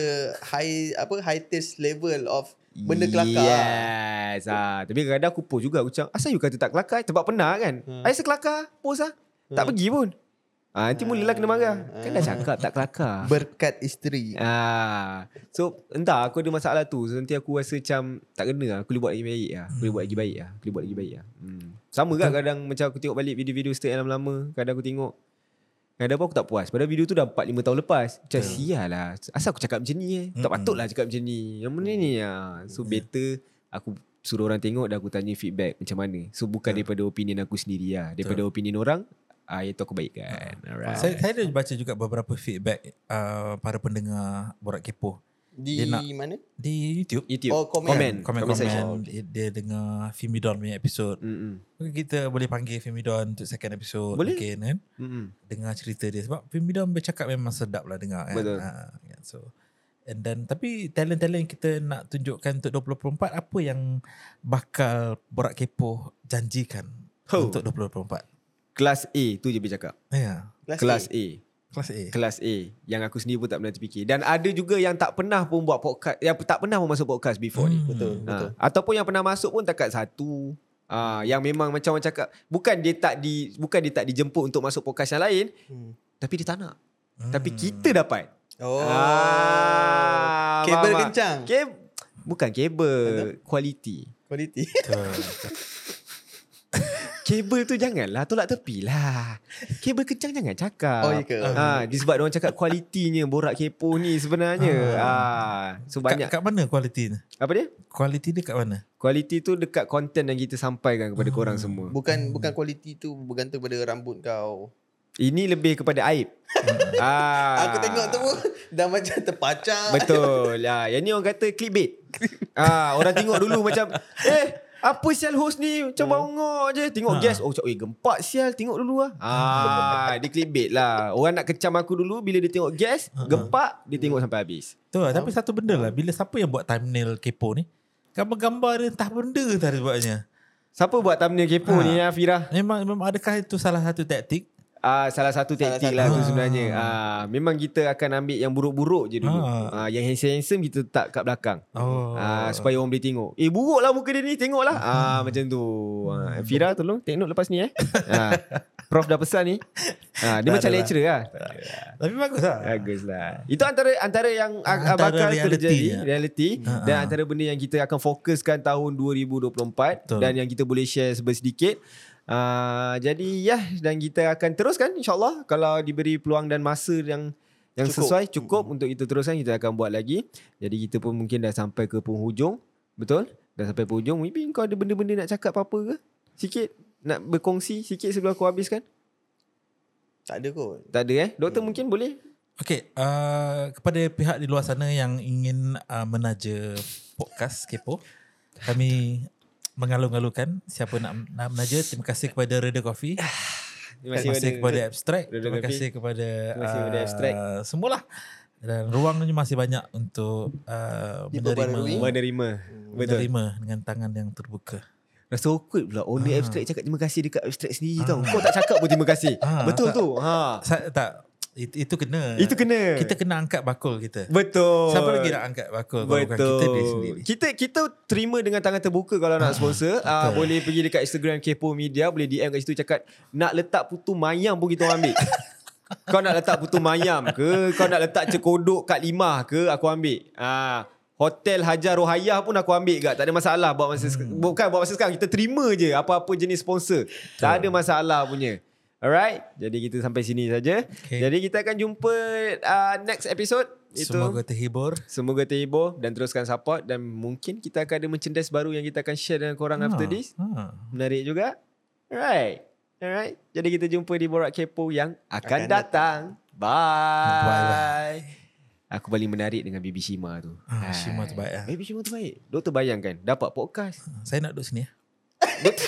Speaker 1: high apa high taste level of benda kelakar. lah.
Speaker 2: Yes. Ah, tapi kadang-kadang aku post juga aku cakap, asal you kata tak kelakar? Sebab pernah kan.
Speaker 1: Hmm.
Speaker 2: Hmm. Ai kelakar, post ah. Tak
Speaker 1: Hmm.
Speaker 2: pergi pun. Ah,
Speaker 1: Ah.
Speaker 2: nanti mulalah kena marah. Kan dah
Speaker 1: Ah.
Speaker 2: cakap tak kelakar.
Speaker 1: Berkat isteri.
Speaker 2: Ah, so entah aku ada masalah tu. So, nanti aku rasa macam tak kena lah. Aku boleh buat lagi baik lah. Aku boleh buat lagi baik lah. Aku boleh buat lagi baik lah. Hmm. Sama kan kadang macam aku tengok balik video-video stay yang lama-lama. Kadang aku tengok. Kadang pun aku tak puas. Padahal video tu dah 4-5 tahun lepas. Macam sial lah. Asal aku cakap macam ni eh. Tak
Speaker 3: Mm-mm.
Speaker 2: patut lah cakap macam ni. Yang mana ni lah. So better aku suruh orang tengok dan aku tanya feedback macam mana. So bukan daripada opinion aku sendiri lah. Daripada opinion orang. Ah, itu aku baikkan. Alright.
Speaker 3: Saya, saya ada baca juga beberapa feedback uh, para pendengar Borak Kepo.
Speaker 1: Di
Speaker 3: Dia nak-
Speaker 1: mana?
Speaker 3: Di YouTube.
Speaker 2: YouTube.
Speaker 1: Oh, komen.
Speaker 2: Komen. Comment section.
Speaker 3: Komen-komen. Dia, dia dengar Fimidon punya episod.
Speaker 2: Mm-mm.
Speaker 3: Mungkin kita boleh panggil Fimidon untuk second episode.
Speaker 2: Boleh.
Speaker 3: Mungkin kan.
Speaker 2: Mm-mm.
Speaker 3: dengar cerita dia sebab Pimidam bercakap memang sedap lah dengar kan.
Speaker 2: Betul.
Speaker 3: Ha, kan? So and then tapi talent-talent yang kita nak tunjukkan untuk 2024 apa yang bakal Borak Kepo janjikan
Speaker 2: Ho.
Speaker 3: untuk 2024.
Speaker 2: Kelas A tu je dia cakap.
Speaker 3: Ya, yeah.
Speaker 1: Kelas,
Speaker 2: Kelas
Speaker 1: A.
Speaker 2: A.
Speaker 3: kelas A.
Speaker 2: Kelas A yang aku sendiri pun tak pernah terfikir. Dan ada juga yang tak pernah pun buat podcast, yang tak pernah pun masuk podcast before ni.
Speaker 1: Hmm, Betul,
Speaker 2: Ha.
Speaker 1: betul.
Speaker 2: Ataupun yang pernah masuk pun takat satu, Ah, yang memang macam orang cakap, bukan dia tak di bukan dia tak dijemput untuk masuk podcast yang lain,
Speaker 1: Hmm.
Speaker 2: tapi dia tak nak. Tapi kita dapat.
Speaker 1: Oh.
Speaker 2: Ah,
Speaker 1: Kabel
Speaker 2: faham tak?
Speaker 1: kencang.
Speaker 2: Ke- bukan kabel, kualiti.
Speaker 1: Quality.
Speaker 2: Kabel tu janganlah tolak tepi lah. Kabel kencang jangan cakap.
Speaker 1: Oh, ya ke?
Speaker 2: Ha, di sebab orang cakap kualitinya borak kepo ni sebenarnya.
Speaker 1: Ah.
Speaker 2: Ha. So banyak.
Speaker 3: Kat, kat mana kualiti ni?
Speaker 2: Apa dia?
Speaker 3: Kualiti dia kat mana?
Speaker 2: Kualiti tu dekat content yang kita
Speaker 1: Ah.
Speaker 2: sampaikan kepada korang semua.
Speaker 1: Bukan bukan quality tu bergantung pada rambut kau.
Speaker 2: Ini lebih kepada aib. ah.
Speaker 1: Aku tengok tu pun dah macam terpacar.
Speaker 2: Betul. Ya, yang ni orang kata clickbait. ah, orang tengok dulu macam eh apa sial host ni macam bangor je Tengok
Speaker 3: Ha.
Speaker 2: guest Oh cakap Eh gempak sial Tengok dulu lah ah, Dia clickbait lah Orang nak kecam aku dulu Bila dia tengok guest
Speaker 3: Ha.
Speaker 2: Gempak Dia tengok sampai habis
Speaker 3: Tu lah. Tapi satu benda lah. Bila siapa yang buat thumbnail kepo ni, gambar-gambar dia entah benda tak ada buatnya.
Speaker 2: Siapa buat thumbnail kepo
Speaker 3: Ha.
Speaker 2: ni Afira
Speaker 3: Memang, memang adakah itu salah satu taktik?
Speaker 2: ah, Salah satu
Speaker 1: Salah
Speaker 2: taktik
Speaker 1: satu.
Speaker 2: lah tu
Speaker 3: Ha.
Speaker 2: sebenarnya ah, Memang kita akan ambil yang buruk-buruk je dulu ah,
Speaker 3: Ha.
Speaker 2: Yang handsome-handsome kita letak kat belakang
Speaker 3: Oh.
Speaker 2: Ah, supaya orang boleh tengok. Eh buruk lah muka dia ni, tengoklah. Ah
Speaker 3: Hmm.
Speaker 2: macam tu. Ah, Fira tolong take note lepas ni eh. ah, prof dah pesan ni. Ah, dia
Speaker 3: Tak
Speaker 2: macam
Speaker 3: adalah.
Speaker 2: lecturer lah.
Speaker 3: Tapi bagus lah.
Speaker 2: Bagus lah. Itu antara antara yang
Speaker 3: Ah,
Speaker 2: antara
Speaker 3: antara
Speaker 2: bakal
Speaker 3: reality
Speaker 2: terjadi,
Speaker 3: ya.
Speaker 2: reality
Speaker 3: Ah,
Speaker 2: dan
Speaker 3: ah.
Speaker 2: antara benda yang kita akan fokuskan tahun 2024
Speaker 3: Betul.
Speaker 2: dan yang kita boleh share sedikit. Ah jadi ya dan kita akan teruskan insyaallah kalau diberi peluang dan masa yang yang
Speaker 1: Cukup.
Speaker 2: cukup. sesuai cukup mm-hmm. untuk kita teruskan kita akan buat lagi. Jadi kita pun mungkin dah sampai ke penghujung. Betul? Dah sampai penghujung. Maybe kau ada benda-benda nak cakap apa-apa ke? Sikit nak berkongsi sikit sebelum aku habiskan?
Speaker 1: Tak ada kot.
Speaker 2: Tak ada eh? Doktor
Speaker 3: Hmm.
Speaker 2: mungkin boleh?
Speaker 3: Okay, uh, kepada pihak di luar sana yang ingin uh, menaja podcast Kepo, kami mengalung-alungkan siapa nak, nak menaja. Terima kasih kepada Reda Coffee. Terima kasih kepada Abstract.
Speaker 2: Reda
Speaker 3: Terima
Speaker 2: Coffee.
Speaker 3: kasih kepada
Speaker 2: Terima kasih kepada
Speaker 3: ah,
Speaker 2: Abstract.
Speaker 3: Semualah. Dan ruangnya masih banyak untuk uh,
Speaker 1: Diperbarui.
Speaker 3: menerima,
Speaker 2: Menerima Betul
Speaker 3: menerima dengan tangan yang terbuka.
Speaker 2: Rasa awkward pula Owner
Speaker 3: Ah.
Speaker 2: abstract cakap terima kasih Dekat abstract sendiri
Speaker 3: Ah.
Speaker 2: tau Kau tak cakap pun terima kasih
Speaker 3: Ah,
Speaker 2: Betul
Speaker 3: tak-
Speaker 2: tu ha.
Speaker 3: Sa- tak, it, itu kena.
Speaker 2: Itu kena
Speaker 3: Kita kena angkat bakul kita.
Speaker 2: Betul
Speaker 3: Siapa lagi nak angkat bakul? kalau bukan
Speaker 2: Betul
Speaker 3: Kita diri sendiri.
Speaker 2: kita, kita terima dengan tangan terbuka Kalau nak sponsor Ah,
Speaker 3: betul.
Speaker 2: Boleh pergi dekat Instagram Kepo Media Boleh DM kat situ cakap Nak letak putu mayam pun kita orang ambil Kau nak letak putu mayam ke Kau nak letak cekodok kat limah ke Aku ambil Ah, Hotel Hajar Rohayah pun aku ambil kat. Tak ada masalah buat masa hmm. bukan buat masa sekarang kita terima je apa-apa jenis sponsor. Tak ada masalah punya. Alright, jadi kita sampai sini saja.
Speaker 3: Okay.
Speaker 2: Jadi kita akan jumpa uh, next episode itu.
Speaker 3: Semoga terhibur.
Speaker 2: Semoga terhibur dan teruskan support dan mungkin kita akan ada merchandise baru yang kita akan share dengan korang
Speaker 3: Ha,
Speaker 2: after this.
Speaker 3: ha.
Speaker 2: Menarik juga. Alright. Alright. Jadi kita jumpa di Borak Kepo yang akan,
Speaker 1: Akan
Speaker 2: datang. Bye.
Speaker 3: Bye-bye.
Speaker 2: Aku paling menarik dengan Baby Shima tu.
Speaker 3: Ah,
Speaker 2: Hai.
Speaker 3: Shima terbaik lah.
Speaker 2: Baby Shima terbaik. Doktor bayangkan dapat podcast.
Speaker 3: Saya nak duduk sini ya.
Speaker 2: Doktor,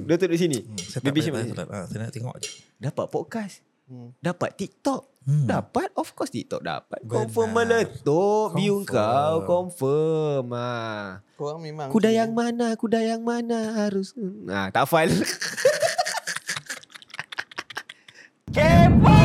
Speaker 2: doktor duduk sini.
Speaker 3: Saya tak
Speaker 2: Baby
Speaker 3: boleh
Speaker 2: Shima.
Speaker 3: tahan solat. Ah, saya nak tengok je.
Speaker 2: Dapat podcast.
Speaker 1: Hmm.
Speaker 2: Dapat TikTok.
Speaker 3: Hmm.
Speaker 2: Dapat of course TikTok dapat. Confirm
Speaker 3: Benar.
Speaker 2: meletup view
Speaker 3: Confirm.
Speaker 2: kau confirm. Ah.
Speaker 1: Korang memang
Speaker 2: Kuda yang mana, kuda yang mana harus... Ah, tak faham. Kepo!